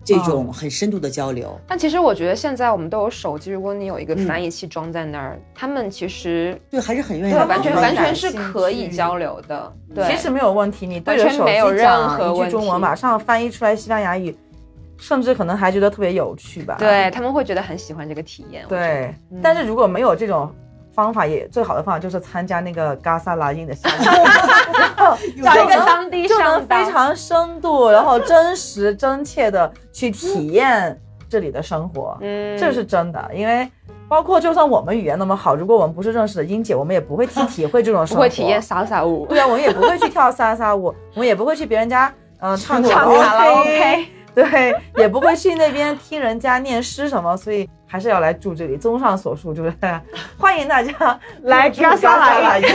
Speaker 1: 这
Speaker 2: 嗯
Speaker 1: 种很深度的交流。
Speaker 2: 但其实我觉得现在我们都有手机，如果你有一个
Speaker 1: 嗯
Speaker 2: 翻译器装在那儿，他们其实
Speaker 1: 对，还是很愿意
Speaker 2: 对
Speaker 1: 来
Speaker 2: 完全
Speaker 1: 帮忙
Speaker 2: 完
Speaker 1: 的
Speaker 2: 全是可以交流的。对，
Speaker 3: 嗯其实没有问题，你对着
Speaker 2: 完全
Speaker 3: 手
Speaker 2: 没有
Speaker 3: 机
Speaker 2: 任何
Speaker 3: 讲一
Speaker 2: 问
Speaker 3: 句
Speaker 2: 题
Speaker 3: 中文，马上翻译出来西班牙语，甚至可能还觉得特别有趣吧。
Speaker 2: 对他们会觉得很喜欢这个体验。我觉得
Speaker 3: 对，但是如果没有这种。方法也最好的方法就是参加那个嘎萨拉音的项目，
Speaker 2: 找一
Speaker 3: 就
Speaker 2: 个
Speaker 3: 能
Speaker 2: 当地
Speaker 3: 就能
Speaker 2: 上
Speaker 3: 非
Speaker 2: 当。
Speaker 3: 常深 度，然后真实真切的去体验这里的生活。
Speaker 2: 嗯
Speaker 3: 这是真的，因为包括就算我们语言那么好，如果我们不是认识的英姐，我们也不会 去体会这种生
Speaker 2: 不
Speaker 3: 活，
Speaker 2: 会体验。洒洒 舞，
Speaker 3: 对啊，我们也不会去跳莎莎舞，我们也不会去别人家嗯、呃唱
Speaker 2: 唱卡拉 OK，。
Speaker 3: 对，也不会去那边听人家念诗什么，所以还是要来住这里。综上所述，就是 欢迎大家
Speaker 4: 来
Speaker 3: 住嘎
Speaker 4: 嘎萨
Speaker 3: 萨拉
Speaker 4: 拉
Speaker 3: 营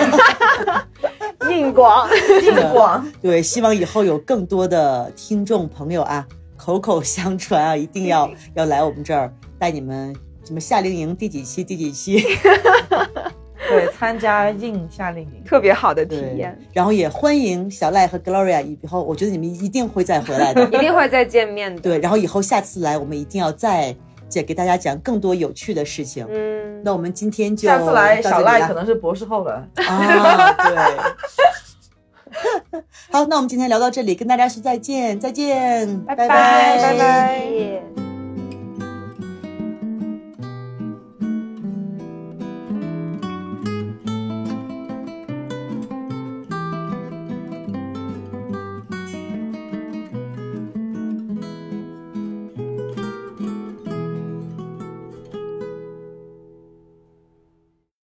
Speaker 4: 硬广，
Speaker 3: 进广。
Speaker 1: 对，希望以后有更多的听众朋友啊， 口口相传啊，一定要要来我们这儿带你们什么夏令营第几期第几期，
Speaker 3: 对，参加应夏令营。
Speaker 4: 特别好的体
Speaker 1: 对
Speaker 4: 验。，
Speaker 1: 然后也欢迎小赖和 Gloria 啊以后，我觉得你们一定会再回来的
Speaker 2: 一定会再见面的。
Speaker 1: 对，然后以后下次来，我们一定要再再给大家讲更多有趣的事情。
Speaker 2: 嗯，
Speaker 1: 那我们今天就
Speaker 3: 下次来，
Speaker 1: 到
Speaker 3: 小
Speaker 1: 这里
Speaker 3: 赖
Speaker 1: 了
Speaker 3: 可能是博士后了。
Speaker 1: 啊，对。 好，那我们今天聊到这里，跟大家说再见，再见，
Speaker 4: 拜拜
Speaker 2: 谢
Speaker 4: 拜拜
Speaker 2: 谢。